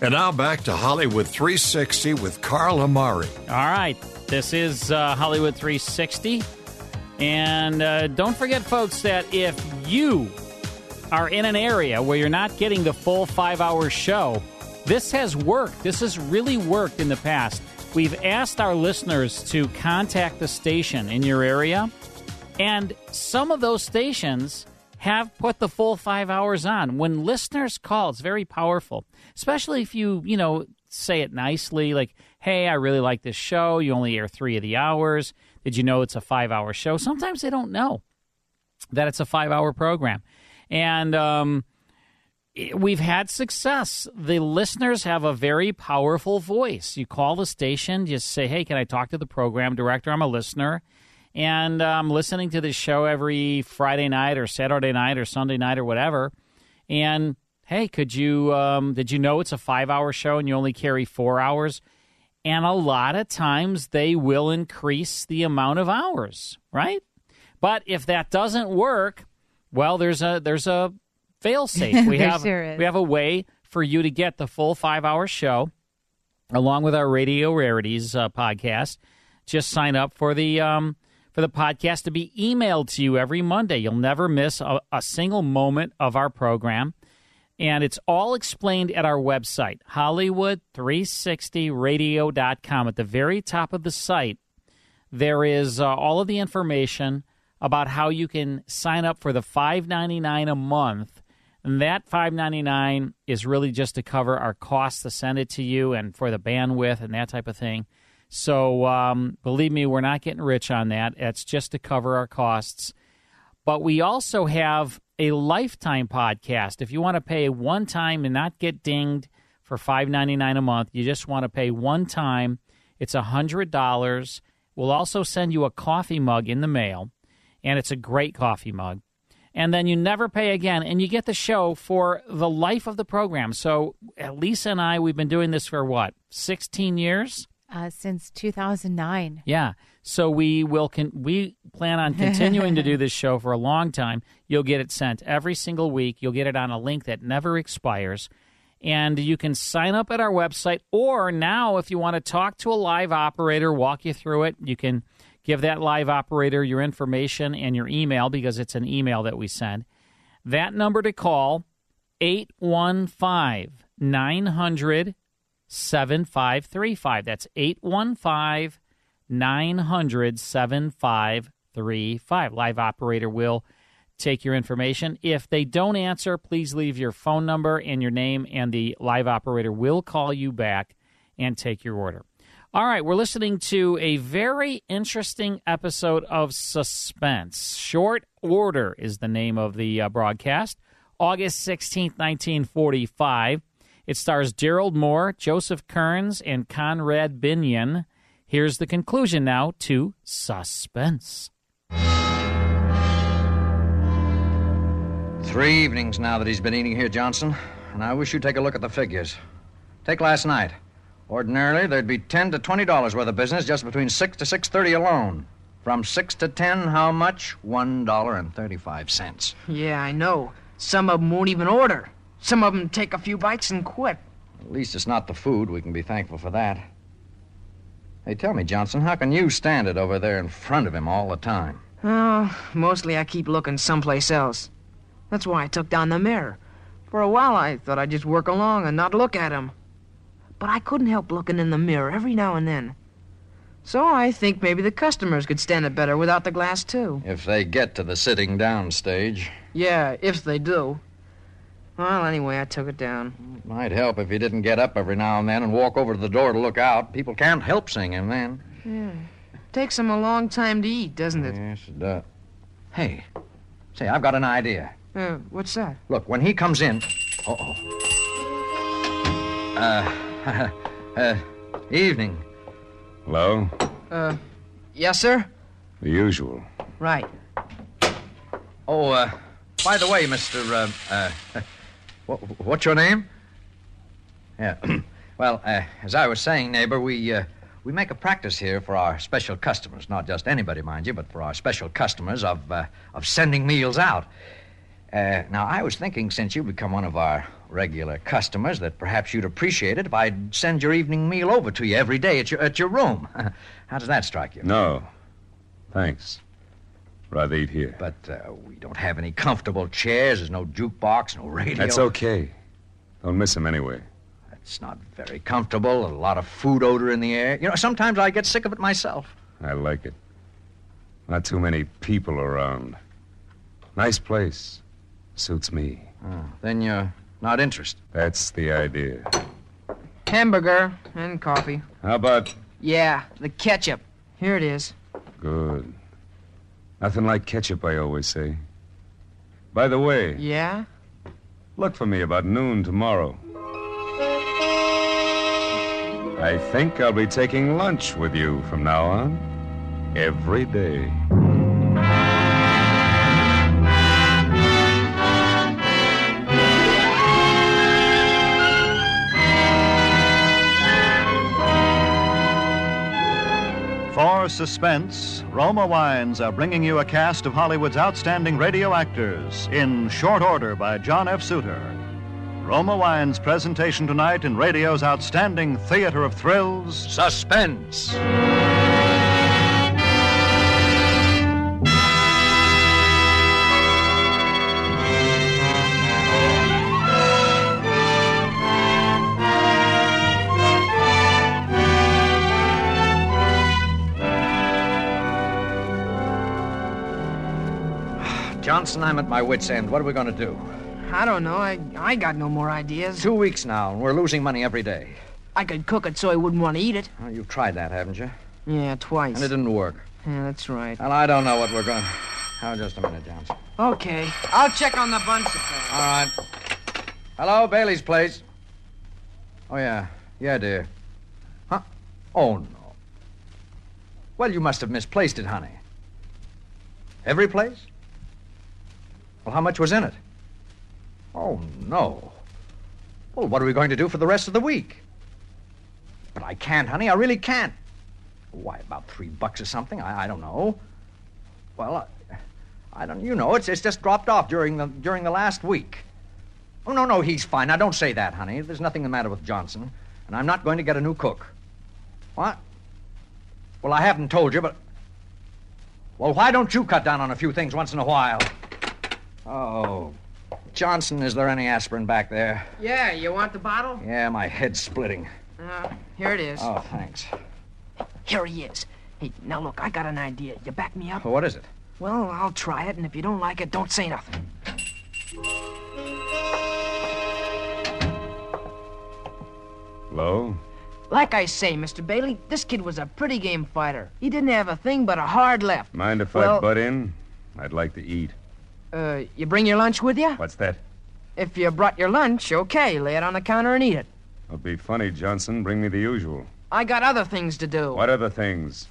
[SPEAKER 10] And now back to Hollywood 360 with Carl Amari.
[SPEAKER 5] All right. This is uh, Hollywood 360. And uh, don't forget, folks, that if you are in an area where you're not getting the full five hour show, this has worked. This has really worked in the past. We've asked our listeners to contact the station in your area, and some of those stations have put the full five hours on. When listeners call, it's very powerful, especially if you, you know, say it nicely like, hey, I really like this show. You only air three of the hours. Did you know it's a five hour show? Sometimes they don't know that it's a five hour program. And um, it- we've had success. The listeners have a very powerful voice. You call the station, just say, hey, can I talk to the program director? I'm a listener. And I'm listening to this show every Friday night or Saturday night or Sunday night or whatever. And hey, could you, um, did you know it's a five hour show and you only carry four hours? And a lot of times they will increase the amount of hours, right? But if that doesn't work, well, there's a there's a fail safe. We
[SPEAKER 6] There
[SPEAKER 5] have
[SPEAKER 6] sure is.
[SPEAKER 5] we have a way for you to get the full five hour show, along with our Radio Rarities uh, podcast. Just sign up for the um, for the podcast to be emailed to you every Monday. You'll never miss a, a single moment of our program. And it's all explained at our website, Hollywood360radio.com. At the very top of the site, there is uh, all of the information about how you can sign up for the 5.99 a month and that 5.99 is really just to cover our costs to send it to you and for the bandwidth and that type of thing so um, believe me we're not getting rich on that it's just to cover our costs but we also have a lifetime podcast if you want to pay one time and not get dinged for $5.99 a month you just want to pay one time it's $100 we'll also send you a coffee mug in the mail and it's a great coffee mug and then you never pay again and you get the show for the life of the program so uh, lisa and i we've been doing this for what 16 years
[SPEAKER 6] Uh, since 2009.
[SPEAKER 5] yeah. So we will con- we plan on continuing to do this show for a long time. You'll get it sent every single week. You'll get it on a link that never expires. And you can sign up at our website or now if you want to talk to a live operator, walk you through it, you can give that live operator your information and your email because it's an email that we send. That number to call 815 900 7535. That's 815 900 7535. Live operator will take your information. If they don't answer, please leave your phone number and your name, and the live operator will call you back and take your order. All right, we're listening to a very interesting episode of Suspense. Short Order is the name of the uh, broadcast, August 16th, 1945. It stars Gerald Moore, Joseph Kearns, and Conrad Binion. Here's the conclusion now to Suspense.
[SPEAKER 13] Three evenings now that he's been eating here, Johnson, and I wish you'd take a look at the figures. Take last night. Ordinarily, there'd be ten to twenty dollars worth of business just between six to six thirty alone. From six to ten, how much? One dollar and thirty-five cents.
[SPEAKER 16] Yeah, I know. Some of them won't even order. Some of them take a few bites and quit.
[SPEAKER 13] At least it's not the food. We can be thankful for that. Hey, tell me, Johnson, how can you stand it over there in front of him all the time?
[SPEAKER 16] Oh, mostly I keep looking someplace else. That's why I took down the mirror. For a while I thought I'd just work along and not look at him. But I couldn't help looking in the mirror every now and then. So I think maybe the customers could stand it better without the glass, too.
[SPEAKER 13] If they get to the sitting down stage,
[SPEAKER 16] Yeah, if they do. Well, anyway, I took it down.
[SPEAKER 13] it might help if you didn't get up every now and then and walk over to the door to look out. People can't help seeing him then.
[SPEAKER 16] Yeah. Takes them a long time to eat, doesn't it?
[SPEAKER 13] Yes, it does. Hey, say, I've got an idea.
[SPEAKER 16] Uh, what's that?
[SPEAKER 13] Look, when he comes in. Uh oh. Uh, uh, evening.
[SPEAKER 15] Hello?
[SPEAKER 16] Uh, yes, sir?
[SPEAKER 15] The usual.
[SPEAKER 16] Right.
[SPEAKER 13] Oh, uh, by the way, Mr. Uh, uh, what, what's your name? Yeah. well, uh, as I was saying, neighbor, we uh, we make a practice here for our special customers, not just anybody, mind you, but for our special customers of uh, of sending meals out. Uh, now, I was thinking, since you've become one of our regular customers, that perhaps you'd appreciate it if I'd send your evening meal over to you every day at your at your room. How does that strike you?
[SPEAKER 15] No. Thanks. Rather eat here.
[SPEAKER 13] But uh, we don't have any comfortable chairs. There's no jukebox, no radio.
[SPEAKER 15] That's okay. Don't miss him anyway.
[SPEAKER 13] It's not very comfortable, a lot of food odor in the air. You know, sometimes I get sick of it myself.
[SPEAKER 15] I like it. Not too many people around. Nice place. Suits me.
[SPEAKER 13] Oh, then you're not interested.
[SPEAKER 15] That's the idea.
[SPEAKER 16] Hamburger and coffee.
[SPEAKER 15] How about
[SPEAKER 16] Yeah, the ketchup. Here it is.
[SPEAKER 15] good? Nothing like ketchup, I always say. By the way,
[SPEAKER 16] Yeah?
[SPEAKER 15] look for me about noon tomorrow. I think I'll be taking lunch with you from now on. Every day.
[SPEAKER 12] For Suspense, Roma Wines are bringing you a cast of Hollywood's outstanding radio actors in short order by John F. Souter. Roma Wines' presentation tonight in radio's outstanding theater of thrills
[SPEAKER 13] Suspense. Johnson, I'm at my wits' end. What are we going to do?
[SPEAKER 16] I don't know. I, I got no more ideas.
[SPEAKER 13] Two weeks now, and we're losing money every day.
[SPEAKER 16] I could cook it so he wouldn't want to eat it.
[SPEAKER 13] Oh, you've tried that, haven't you?
[SPEAKER 16] Yeah, twice.
[SPEAKER 13] And it didn't work.
[SPEAKER 16] Yeah, that's right.
[SPEAKER 13] Well, I don't know what we're going to. Oh, just a minute, Johnson.
[SPEAKER 16] Okay. I'll check on the bunch of things.
[SPEAKER 13] All right. Hello, Bailey's place. Oh, yeah. Yeah, dear. Huh? Oh, no. Well, you must have misplaced it, honey. Every place? Well, how much was in it? Oh, no. Well, what are we going to do for the rest of the week? But I can't, honey. I really can't. Why, about three bucks or something? I, I don't know. Well, I- I don't. You know, it's it's just dropped off during the during the last week. Oh no, no, he's fine. Now don't say that, honey. There's nothing the matter with Johnson, and I'm not going to get a new cook. What? Well, I haven't told you, but. Well, why don't you cut down on a few things once in a while? Oh, Johnson, is there any aspirin back there?
[SPEAKER 16] Yeah, you want the bottle?
[SPEAKER 13] Yeah, my head's splitting.
[SPEAKER 16] Uh, here it is.
[SPEAKER 13] Oh, thanks.
[SPEAKER 16] Here he is. Hey, now look, I got an idea. You back me up?
[SPEAKER 13] Well, What is it?
[SPEAKER 16] Well, I'll try it, and if you don't like it, don't say nothing.
[SPEAKER 15] Low?
[SPEAKER 16] Like I say, Mr. Bailey, this kid was a pretty game fighter. He didn't have a thing but a hard left.
[SPEAKER 15] Mind if I
[SPEAKER 16] Well-
[SPEAKER 15] butt in? I'd like to eat.
[SPEAKER 16] Uh, you bring your lunch with you?
[SPEAKER 15] What's that?
[SPEAKER 16] If you brought your lunch, okay, lay it on the counter and eat it.
[SPEAKER 15] Don't be funny, Johnson. Bring me the usual.
[SPEAKER 16] I got other things to do.
[SPEAKER 15] What other things?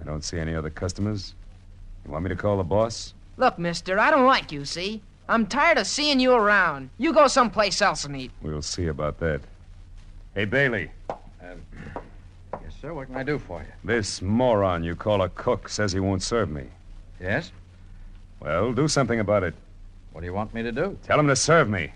[SPEAKER 15] I don't see any other customers. You want me to call the boss?
[SPEAKER 16] Look, mister, I don't like you, see? I'm tired of seeing you around. You go someplace else and eat.
[SPEAKER 15] We'll see about that. Hey, Bailey,
[SPEAKER 13] Yes, sir. What can I do for you?
[SPEAKER 15] this moron you call a cook says he won't serve me.
[SPEAKER 13] Yes?
[SPEAKER 15] Well, do something about it.
[SPEAKER 13] What do you want me to do?
[SPEAKER 15] Tell him to serve me,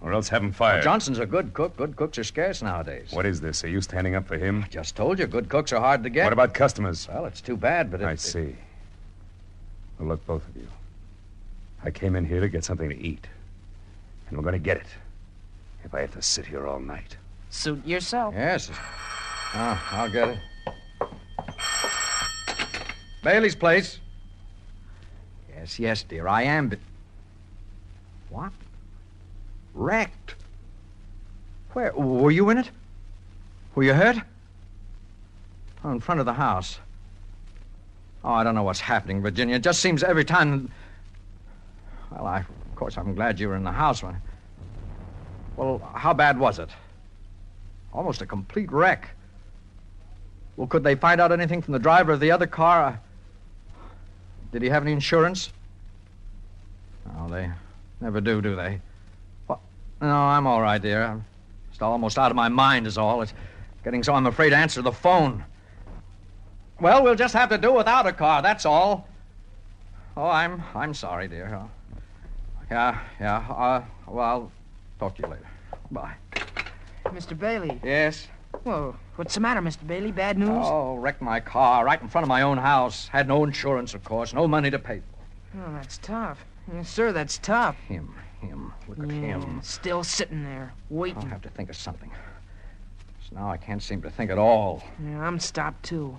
[SPEAKER 15] or else have him fired.
[SPEAKER 13] Johnson's a good cook. Good cooks are scarce nowadays.
[SPEAKER 15] What is this? Are you standing up for him?
[SPEAKER 13] Just told you, good cooks are hard to get.
[SPEAKER 15] What about customers?
[SPEAKER 13] Eh? Well, it's too bad, but it,
[SPEAKER 15] I see. Well, look, both of you. I came in here to get something to eat, and we're going to get it. If I have to sit here all night.
[SPEAKER 16] Suit yourself.
[SPEAKER 13] Yes. Ah, I'll get it. Bailey's place. Yes, yes, dear. I am. But... What? Wrecked. Where? Were you in it? Were you hurt? Oh, in front of the house. Oh, I don't know what's happening, Virginia. It just seems every time. Well, I, of course, I'm glad you were in the house when. Well, how bad was it? Almost a complete wreck. Well, could they find out anything from the driver of the other car? Uh, Did he have any insurance? No, they never do, do they? What? No, I'm all right, dear. I'm just almost out of my mind, is all. It's getting so I'm afraid to answer the phone. Well, we'll just have to do without a car, that's all. Oh, I'm I'm sorry, dear. Uh, yeah, yeah. Uh, well, I'll talk to you later. Bye.
[SPEAKER 16] Mr. Bailey.
[SPEAKER 13] Yes.
[SPEAKER 16] Whoa, what's the matter, Mr. Bailey? Bad news?
[SPEAKER 13] Oh, wrecked my car right in front of my own house. Had no insurance, of course, no money to pay for.
[SPEAKER 16] Oh, that's tough. Yes, sir, that's tough.
[SPEAKER 13] Him. him. Look at
[SPEAKER 16] Yeah,
[SPEAKER 13] him.
[SPEAKER 16] Still sitting there, waiting.
[SPEAKER 13] I'll have to think of something. 'Cause now I can't seem to think at all.
[SPEAKER 16] Yeah, I'm stopped too.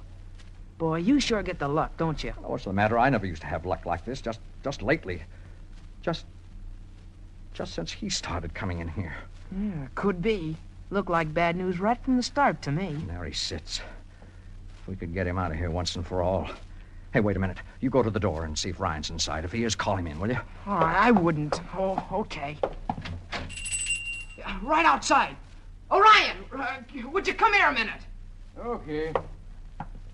[SPEAKER 16] Boy, you sure get the luck, don't you?
[SPEAKER 13] Now, what's the matter? I never used to have luck like this. Just, just lately. Just, just since he started coming in here.
[SPEAKER 16] Yeah, could be. Looked like bad news right from the start to me.
[SPEAKER 13] There he sits. If we could get him out of here once and for all. Hey, wait a minute. You go to the door and see if Ryan's inside. If he is, call him in, will you?
[SPEAKER 16] All right, I wouldn't. Oh, okay. Right outside. Orion, uh, would you come here a minute?
[SPEAKER 17] Okay.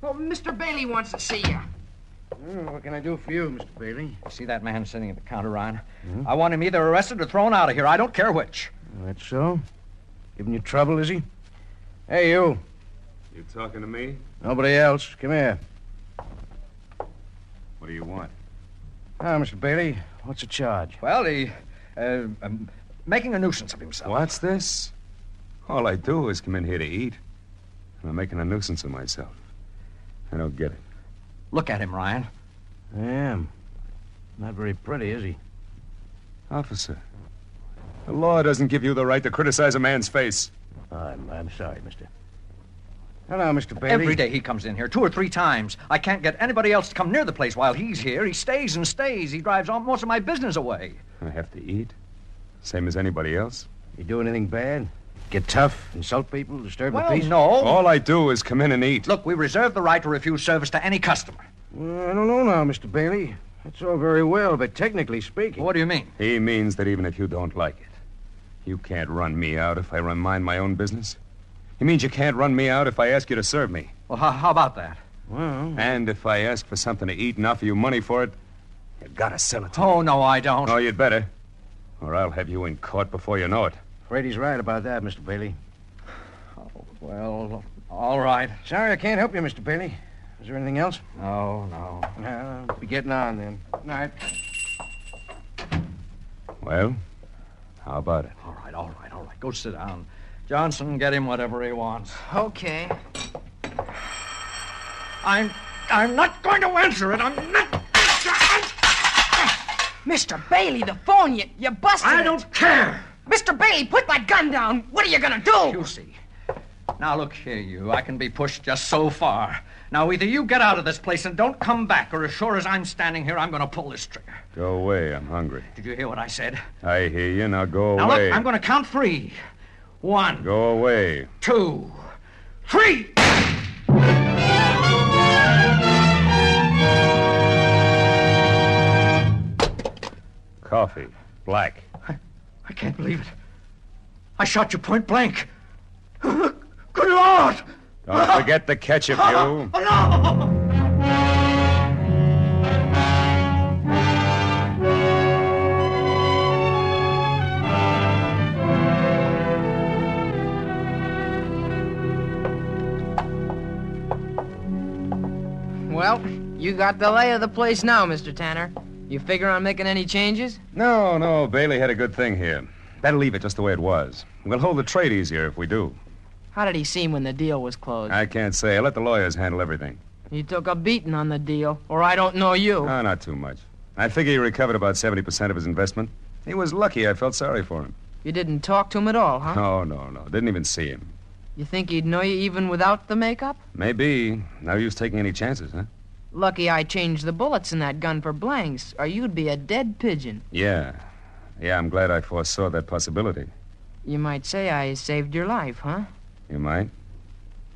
[SPEAKER 16] Oh, Mr. Bailey wants to see you.
[SPEAKER 17] Hmm,
[SPEAKER 13] what can I do for you, Mr. Bailey? See that man sitting at the counter, Ryan? I want him either arrested or thrown out of here. I don't care which.
[SPEAKER 17] Hmm? That's so? Giving you trouble, is he? Hey, you.
[SPEAKER 15] You talking to me?
[SPEAKER 17] Nobody else. Come here.
[SPEAKER 15] What do you want?
[SPEAKER 17] Ah, Mr. Bailey, what's the charge?
[SPEAKER 13] Well, he. Uh, um, making a nuisance of himself.
[SPEAKER 15] What's this? All I do is come in here to eat. And I'm making a nuisance of myself. I don't get it.
[SPEAKER 13] Look at him, Ryan.
[SPEAKER 17] I am. Not very pretty, is he?
[SPEAKER 15] Officer, the law doesn't give you the right to criticize a man's face.
[SPEAKER 17] I'm, I'm sorry, mister. Hello, Mr. Bailey.
[SPEAKER 13] Every day he comes in here, two or three times. I can't get anybody else to come near the place while he's here. He stays and stays. He drives all, most of my business away.
[SPEAKER 15] I have to eat. Same as anybody else.
[SPEAKER 17] You do anything bad? Get tough, insult people, disturb
[SPEAKER 13] Well,
[SPEAKER 17] the peace?
[SPEAKER 13] no.
[SPEAKER 15] All I do is come in and eat.
[SPEAKER 13] Look, we reserve the right to refuse service to any customer.
[SPEAKER 17] Well, I don't know now, Mr. Bailey. That's all very well, but technically speaking.
[SPEAKER 13] What do you mean?
[SPEAKER 15] He means that even if you don't like it, you can't run me out if I run mind my own business. He means you can't run me out if I ask you to serve me.
[SPEAKER 13] Well, how, how about that?
[SPEAKER 17] Well.
[SPEAKER 15] And if I ask for something to eat and offer you money for it, you gotta sell it to
[SPEAKER 13] Oh, no, I don't.
[SPEAKER 15] Oh, you'd better. Or I'll have you in court before you know it.
[SPEAKER 17] Afraid he's right about that, Mr. Bailey.
[SPEAKER 13] Oh, Well, all right.
[SPEAKER 17] Sorry I can't help you, Mr. Bailey. Is there anything else?
[SPEAKER 13] No, no.
[SPEAKER 17] I'll be getting on then. Night.
[SPEAKER 15] Well, how about it?
[SPEAKER 13] All right, all right, all right. Go sit down. Johnson, get him whatever he wants.
[SPEAKER 16] Okay.
[SPEAKER 13] I'm. I'm not going to answer it. I'm not.
[SPEAKER 16] Mr. Bailey, the phone, you, you busted I don't
[SPEAKER 13] care.
[SPEAKER 16] Mr. Bailey, put that gun down. What are you going to do?
[SPEAKER 13] You see. Now, look here, you. I can be pushed just so far. Now, either you get out of this place and don't come back, or as sure as I'm standing here, I'm going to pull this trigger.
[SPEAKER 15] Go away. I'm hungry.
[SPEAKER 13] Did you hear what I said?
[SPEAKER 15] I hear you. Now go
[SPEAKER 13] Now,
[SPEAKER 15] away.
[SPEAKER 13] look, I'm going to count three. One,
[SPEAKER 15] Go away.
[SPEAKER 13] two, three.
[SPEAKER 15] Coffee. Black.
[SPEAKER 13] I can't believe it. I shot you point blank. Good Lord!
[SPEAKER 15] Don't forget the ketchup, you.
[SPEAKER 16] Well, you got the lay of the place now, Mr. Tanner. You figure on making any changes?
[SPEAKER 15] No, no. Bailey had a good thing here. Better leave it just the way it was. We'll hold the trade easier if we do.
[SPEAKER 16] How did he seem when the deal was closed?
[SPEAKER 15] I can't say. I let the lawyers handle everything.
[SPEAKER 16] You took a beating on the deal, or I don't know you.
[SPEAKER 15] No, not too much. I figure he recovered about 70% of his investment. He was lucky. I felt sorry for him.
[SPEAKER 16] You didn't talk to him at all, huh?
[SPEAKER 15] No, no, no. Didn't even see him.
[SPEAKER 16] You think he'd know you even without the makeup?
[SPEAKER 15] Maybe. No use taking any chances, huh?
[SPEAKER 16] Lucky I changed the bullets in that gun for blanks, or you'd be a dead pigeon.
[SPEAKER 15] Yeah. Yeah, I'm glad I foresaw that possibility.
[SPEAKER 16] You might say I saved your life, huh?
[SPEAKER 15] You might.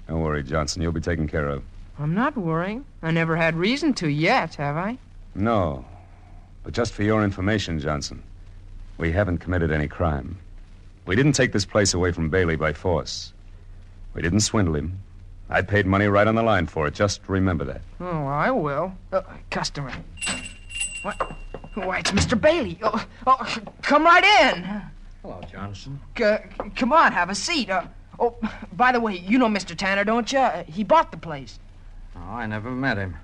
[SPEAKER 15] Don't worry, Johnson. You'll be taken care of.
[SPEAKER 16] I'm not worrying. I never had reason to yet, have I?
[SPEAKER 15] No. But just for your information, Johnson, we haven't committed any crime. We didn't take this place away from Bailey by force. We didn't swindle him. I paid money right on the line for it. Just remember that.
[SPEAKER 16] Oh, I will. Uh, customer. What? Why, it's Mr. Bailey. Oh, oh, come right in.
[SPEAKER 13] Hello, Johnson.
[SPEAKER 16] C- come on, have a seat. Uh, oh, by the way, you know Mr. Tanner, don't you? Uh, he bought the place.
[SPEAKER 13] Oh, I never met him.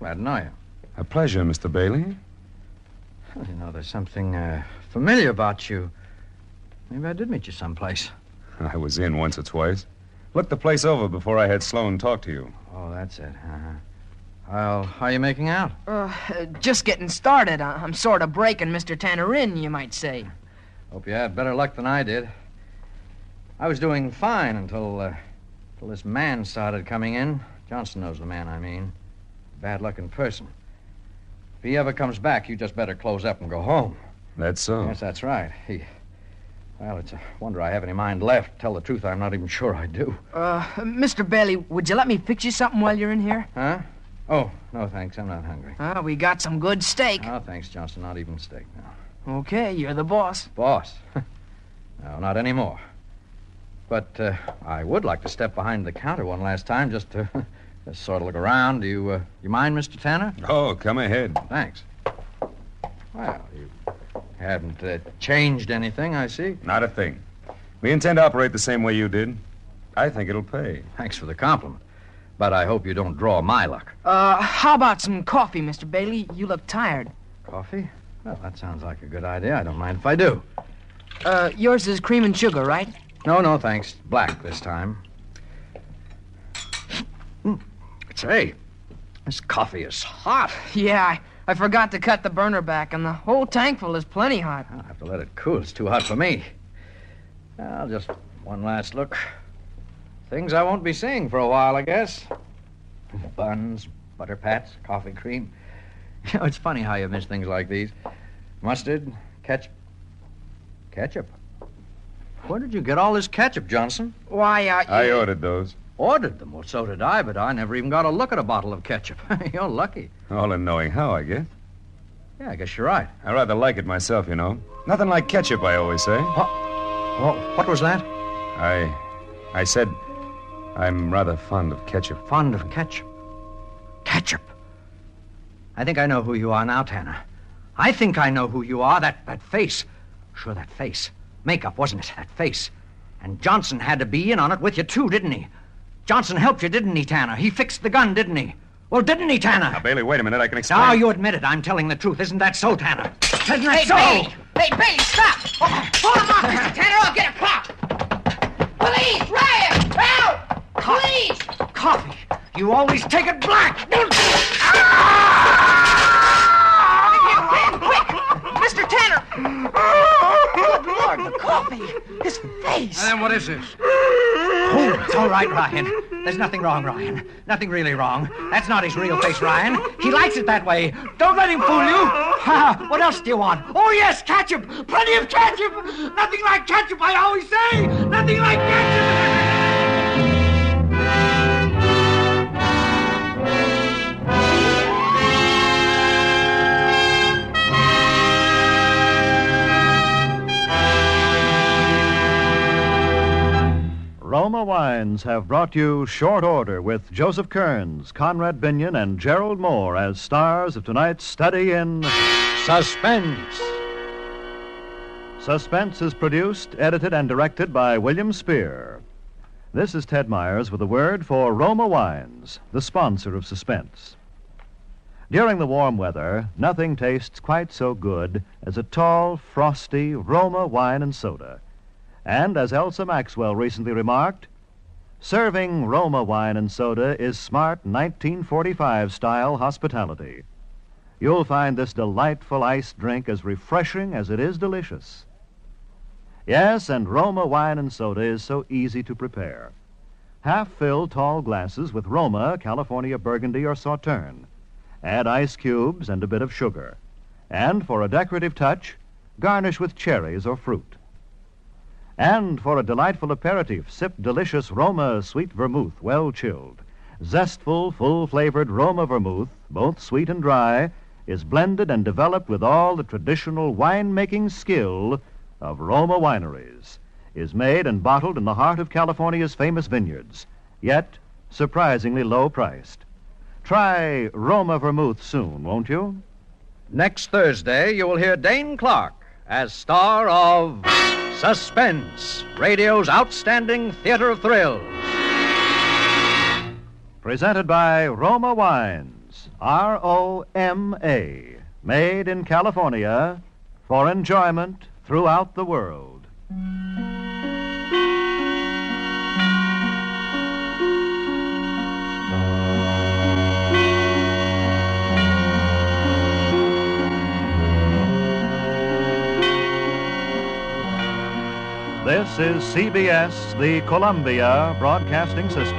[SPEAKER 13] Glad to know you.
[SPEAKER 15] A pleasure, Mr. Bailey.
[SPEAKER 13] Well, you know, there's something uh, familiar about you. Maybe I did meet you someplace.
[SPEAKER 15] I was in once or twice. Looked the place over before I had Sloan talk to you.
[SPEAKER 13] Oh, that's it. Uh-huh. Well, how are you making out?
[SPEAKER 16] Uh, just getting started. I- I'm sort of breaking Mr. Tannerin, you might say.
[SPEAKER 13] Hope you had better luck than I did. I was doing fine until, uh, until this man started coming in. Johnson knows the man I mean. Bad luck in person. If he ever comes back, you just better close up and go home.
[SPEAKER 21] That's so.
[SPEAKER 13] Yes, that's right. He. Well, it's a wonder I have any mind left. Tell the truth, I'm not even sure I do.
[SPEAKER 16] Uh, Mr. Bailey, would you let me fix you something while you're in here?
[SPEAKER 13] Huh? Oh, no, thanks. I'm not hungry.
[SPEAKER 16] Uh, we got some good steak.
[SPEAKER 13] No, Ah, thanks, Johnson. Not even steak now.
[SPEAKER 16] Okay, you're the boss.
[SPEAKER 13] Boss? no, not anymore. But uh, I would like to step behind the counter one last time just to just sort of look around. Do you, uh, you mind, Mr. Tanner?
[SPEAKER 21] Oh, come ahead.
[SPEAKER 13] Thanks. Well, you haven't uh, changed anything, I see.
[SPEAKER 21] Not a thing. We intend to operate the same way you did. I think it'll pay.
[SPEAKER 13] Thanks for the compliment. But I hope you don't draw my luck.
[SPEAKER 16] Uh, how about some coffee, Mr. Bailey? You look tired.
[SPEAKER 13] Coffee? Well, that sounds like a good idea. I don't mind if I do.
[SPEAKER 16] Uh, yours is cream and sugar, right?
[SPEAKER 13] No, no, thanks. Black this time. Mm. Say, this coffee is hot.
[SPEAKER 16] Yeah, I, I forgot to cut the burner back, and the whole tankful is plenty hot.
[SPEAKER 13] I'll have to let it cool. It's too hot for me. Well, just one last look. Things I won't be seeing for a while, I guess. Buns, butter pats, coffee cream. You know, it's funny how you miss things like these. Mustard, ketchup. Ketchup? Where did you get all this ketchup, Johnson?
[SPEAKER 16] Why, uh,
[SPEAKER 21] I ordered those.
[SPEAKER 13] Ordered them? Well, so did I, but I never even got a look at a bottle of ketchup. you're lucky.
[SPEAKER 21] All in knowing how, I guess.
[SPEAKER 13] Yeah, I guess you're right.
[SPEAKER 21] I rather like it myself, you know. Nothing like ketchup, I always say.
[SPEAKER 13] What? Well, what was that?
[SPEAKER 21] I. I said I'm rather fond of ketchup.
[SPEAKER 13] Fond of ketchup? Ketchup? I think I know who you are now, Tanner. I think I know who you are. That, that face. Sure, that face. Makeup, wasn't it? That face. And Johnson had to be in on it with you, too, didn't he? Johnson helped you, didn't he, Tanner? He fixed the gun, didn't he? Well, didn't he, Tanner?
[SPEAKER 21] Now, Bailey, wait a minute. I can explain.
[SPEAKER 13] Now, you admit it. I'm telling the truth. Isn't that so, Tanner? Isn't that
[SPEAKER 1] hey,
[SPEAKER 13] so?
[SPEAKER 1] Bailey. Hey, Bailey, stop! Oh, hold him off, Mr. Tanner. I'll get a cop. Police, riot, out! Police!
[SPEAKER 13] Coffee. You always take it black. Don't do it.
[SPEAKER 1] Mr. Tanner! Good Lord, the coffee! His face!
[SPEAKER 13] And then what is this? Oh, it's all right, Ryan. There's nothing wrong, Ryan. Nothing really wrong. That's not his real face, Ryan. He likes it that way. Don't let him fool you. what else do you want? Oh, yes, ketchup. Plenty of ketchup. Nothing like ketchup, I always say. Nothing like ketchup.
[SPEAKER 12] Roma Wines have brought you Short Order with Joseph Kearns, Conrad Binion, and Gerald Moore as stars of tonight's study in
[SPEAKER 13] Suspense.
[SPEAKER 12] Suspense is produced, edited, and directed by William Spear. This is Ted Myers with a word for Roma Wines, the sponsor of Suspense. During the warm weather, nothing tastes quite so good as a tall, frosty Roma wine and soda. And as Elsa Maxwell recently remarked, serving Roma wine and soda is smart 1945 style hospitality. You'll find this delightful iced drink as refreshing as it is delicious. Yes, and Roma wine and soda is so easy to prepare. Half fill tall glasses with Roma, California Burgundy, or Sauterne. Add ice cubes and a bit of sugar. And for a decorative touch, garnish with cherries or fruit. And for a delightful aperitif, sip delicious Roma sweet vermouth, well chilled. Zestful, full flavored Roma vermouth, both sweet and dry, is blended and developed with all the traditional winemaking skill of Roma wineries. Is made and bottled in the heart of California's famous vineyards, yet surprisingly low priced. Try Roma vermouth soon, won't you?
[SPEAKER 13] Next Thursday, you will hear Dane Clark as star of. Suspense, radio's outstanding theater of thrills.
[SPEAKER 12] Presented by Roma Wines, R O M A, made in California for enjoyment throughout the world. This is CBS, the Columbia Broadcasting System.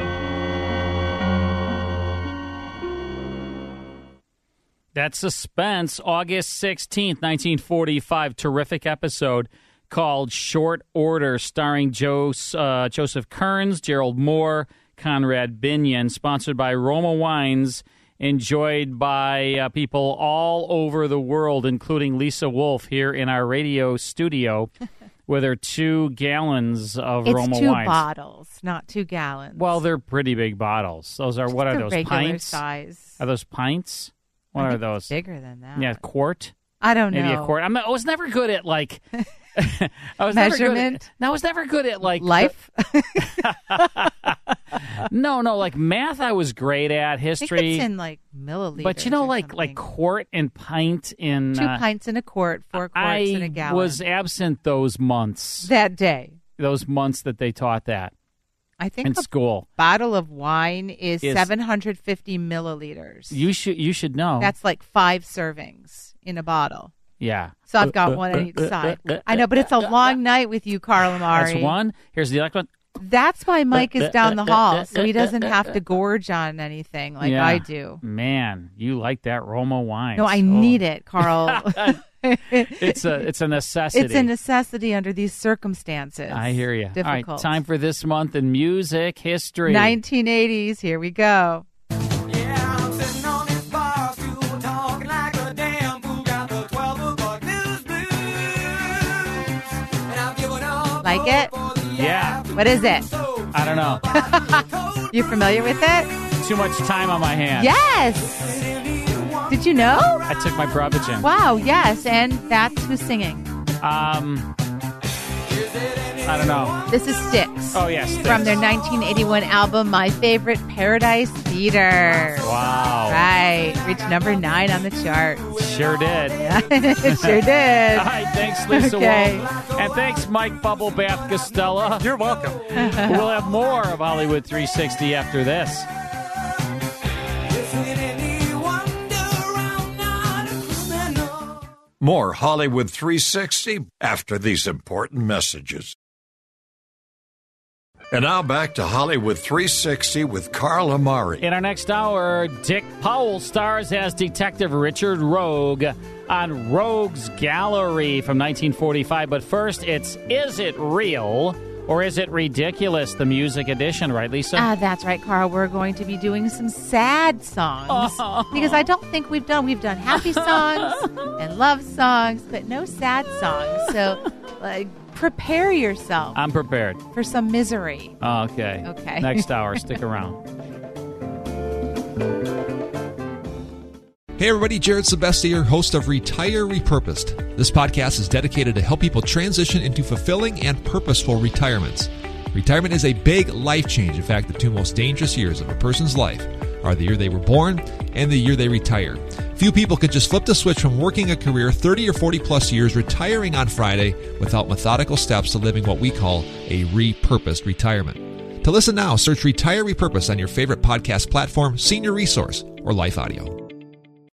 [SPEAKER 5] That suspense, August 16th, 1945, terrific episode called Short Order, starring jo- uh, Joseph Kearns, Gerald Moore, Conrad Binion, sponsored by Roma Wines, enjoyed by uh, people all over the world, including Lisa Wolf here in our radio studio with her two gallons of
[SPEAKER 6] it's
[SPEAKER 5] Roma
[SPEAKER 6] two
[SPEAKER 5] wines.
[SPEAKER 6] bottles, not two gallons.
[SPEAKER 5] Well, they're pretty big bottles. Those are what are
[SPEAKER 6] the
[SPEAKER 5] those
[SPEAKER 6] regular
[SPEAKER 5] pints?
[SPEAKER 6] size.
[SPEAKER 5] Are those pints?
[SPEAKER 6] I
[SPEAKER 5] What are
[SPEAKER 6] think it's
[SPEAKER 5] those?
[SPEAKER 6] bigger than that.
[SPEAKER 5] Yeah, quart.
[SPEAKER 6] I don't
[SPEAKER 5] Maybe
[SPEAKER 6] know.
[SPEAKER 5] a quart. I'm, I was never good at like. I was never good at-
[SPEAKER 6] Measurement?
[SPEAKER 5] no, I was never good at like the-
[SPEAKER 6] Life?
[SPEAKER 5] no, no, like math. I was great at
[SPEAKER 6] I
[SPEAKER 5] history.
[SPEAKER 6] think it's in like milliliters.
[SPEAKER 5] but you know, like like quart and pint in
[SPEAKER 6] two
[SPEAKER 5] uh,
[SPEAKER 6] pints in a quart, four quarts
[SPEAKER 5] I
[SPEAKER 6] in a gallon.
[SPEAKER 5] was absent those months.
[SPEAKER 6] that day.
[SPEAKER 5] Those months that they taught that
[SPEAKER 6] I think
[SPEAKER 5] in
[SPEAKER 6] a
[SPEAKER 5] school.
[SPEAKER 6] bottle of wine is,
[SPEAKER 5] Is-
[SPEAKER 6] 750 milliliters.
[SPEAKER 5] You should you should know.
[SPEAKER 6] That's like five servings in a bottle.
[SPEAKER 5] yeah.
[SPEAKER 6] So I've got one on each side. I know, but it's a long night with you, Carl Amari.
[SPEAKER 5] That's one. Here's the other one.
[SPEAKER 6] That's why Mike is down the hall, so he doesn't have to gorge on anything like
[SPEAKER 5] Yeah. Oh.
[SPEAKER 6] I do.
[SPEAKER 5] Man, you like that Roma wine?
[SPEAKER 6] No, I need it, Carl.
[SPEAKER 5] It's a it's a necessity.
[SPEAKER 6] it's a necessity under these circumstances.
[SPEAKER 5] I hear you. All right,
[SPEAKER 6] Difficult.
[SPEAKER 5] time for this month in music history.
[SPEAKER 6] 1980s. Here we go. Like it?
[SPEAKER 5] Yeah.
[SPEAKER 6] What is it?
[SPEAKER 5] I don't know.
[SPEAKER 6] you familiar with it?
[SPEAKER 5] Too much time on my hands.
[SPEAKER 6] Yes. Did you know?
[SPEAKER 5] I took my Prevagen.
[SPEAKER 6] Wow. Yes, and that's who's singing.
[SPEAKER 5] Um, I don't know.
[SPEAKER 6] This is Styx.
[SPEAKER 5] Oh, yes, Styx.
[SPEAKER 6] From their 1981 album, My Favorite Paradise Theater.
[SPEAKER 5] Wow.
[SPEAKER 6] Right. Reached number nine on the chart.
[SPEAKER 5] Sure did.
[SPEAKER 6] it sure did.
[SPEAKER 5] All right, thanks, Lisa
[SPEAKER 6] Okay.
[SPEAKER 5] Wolf. And thanks, Mike Bubblebath Costella. You're welcome. we'll have more of Hollywood 360 after this.
[SPEAKER 10] More Hollywood 360 after these important messages. And now back to Hollywood 360 with Carl Amari.
[SPEAKER 5] In our next hour, Dick Powell stars as Detective Richard Rogue on Rogue's Gallery from 1945. But first, it's Is It Real or Is It Ridiculous? The music edition, right, Lisa?
[SPEAKER 6] Ah, that's right, Carl. We're going to be doing some sad songs because I don't think we've done. We've done happy songs and love songs, but no sad songs. So, like, prepare yourself
[SPEAKER 5] I'm prepared.
[SPEAKER 6] for some misery.
[SPEAKER 5] Okay.
[SPEAKER 6] Okay.
[SPEAKER 5] Next hour, stick around.
[SPEAKER 2] Hey everybody, Jared Sebesti here, host of Retire Repurposed. This podcast is dedicated to help people transition into fulfilling and purposeful retirements. Retirement is a big life change. In fact, the two most dangerous years of a person's life are the year they were born and the year they retire. Few people could just flip the switch from working a career 30 or 40 plus years, retiring on Friday, without methodical steps to living what we call a repurposed retirement. To listen now, search Retire Repurposed on your favorite podcast platform, Senior Resource, or Life Audio.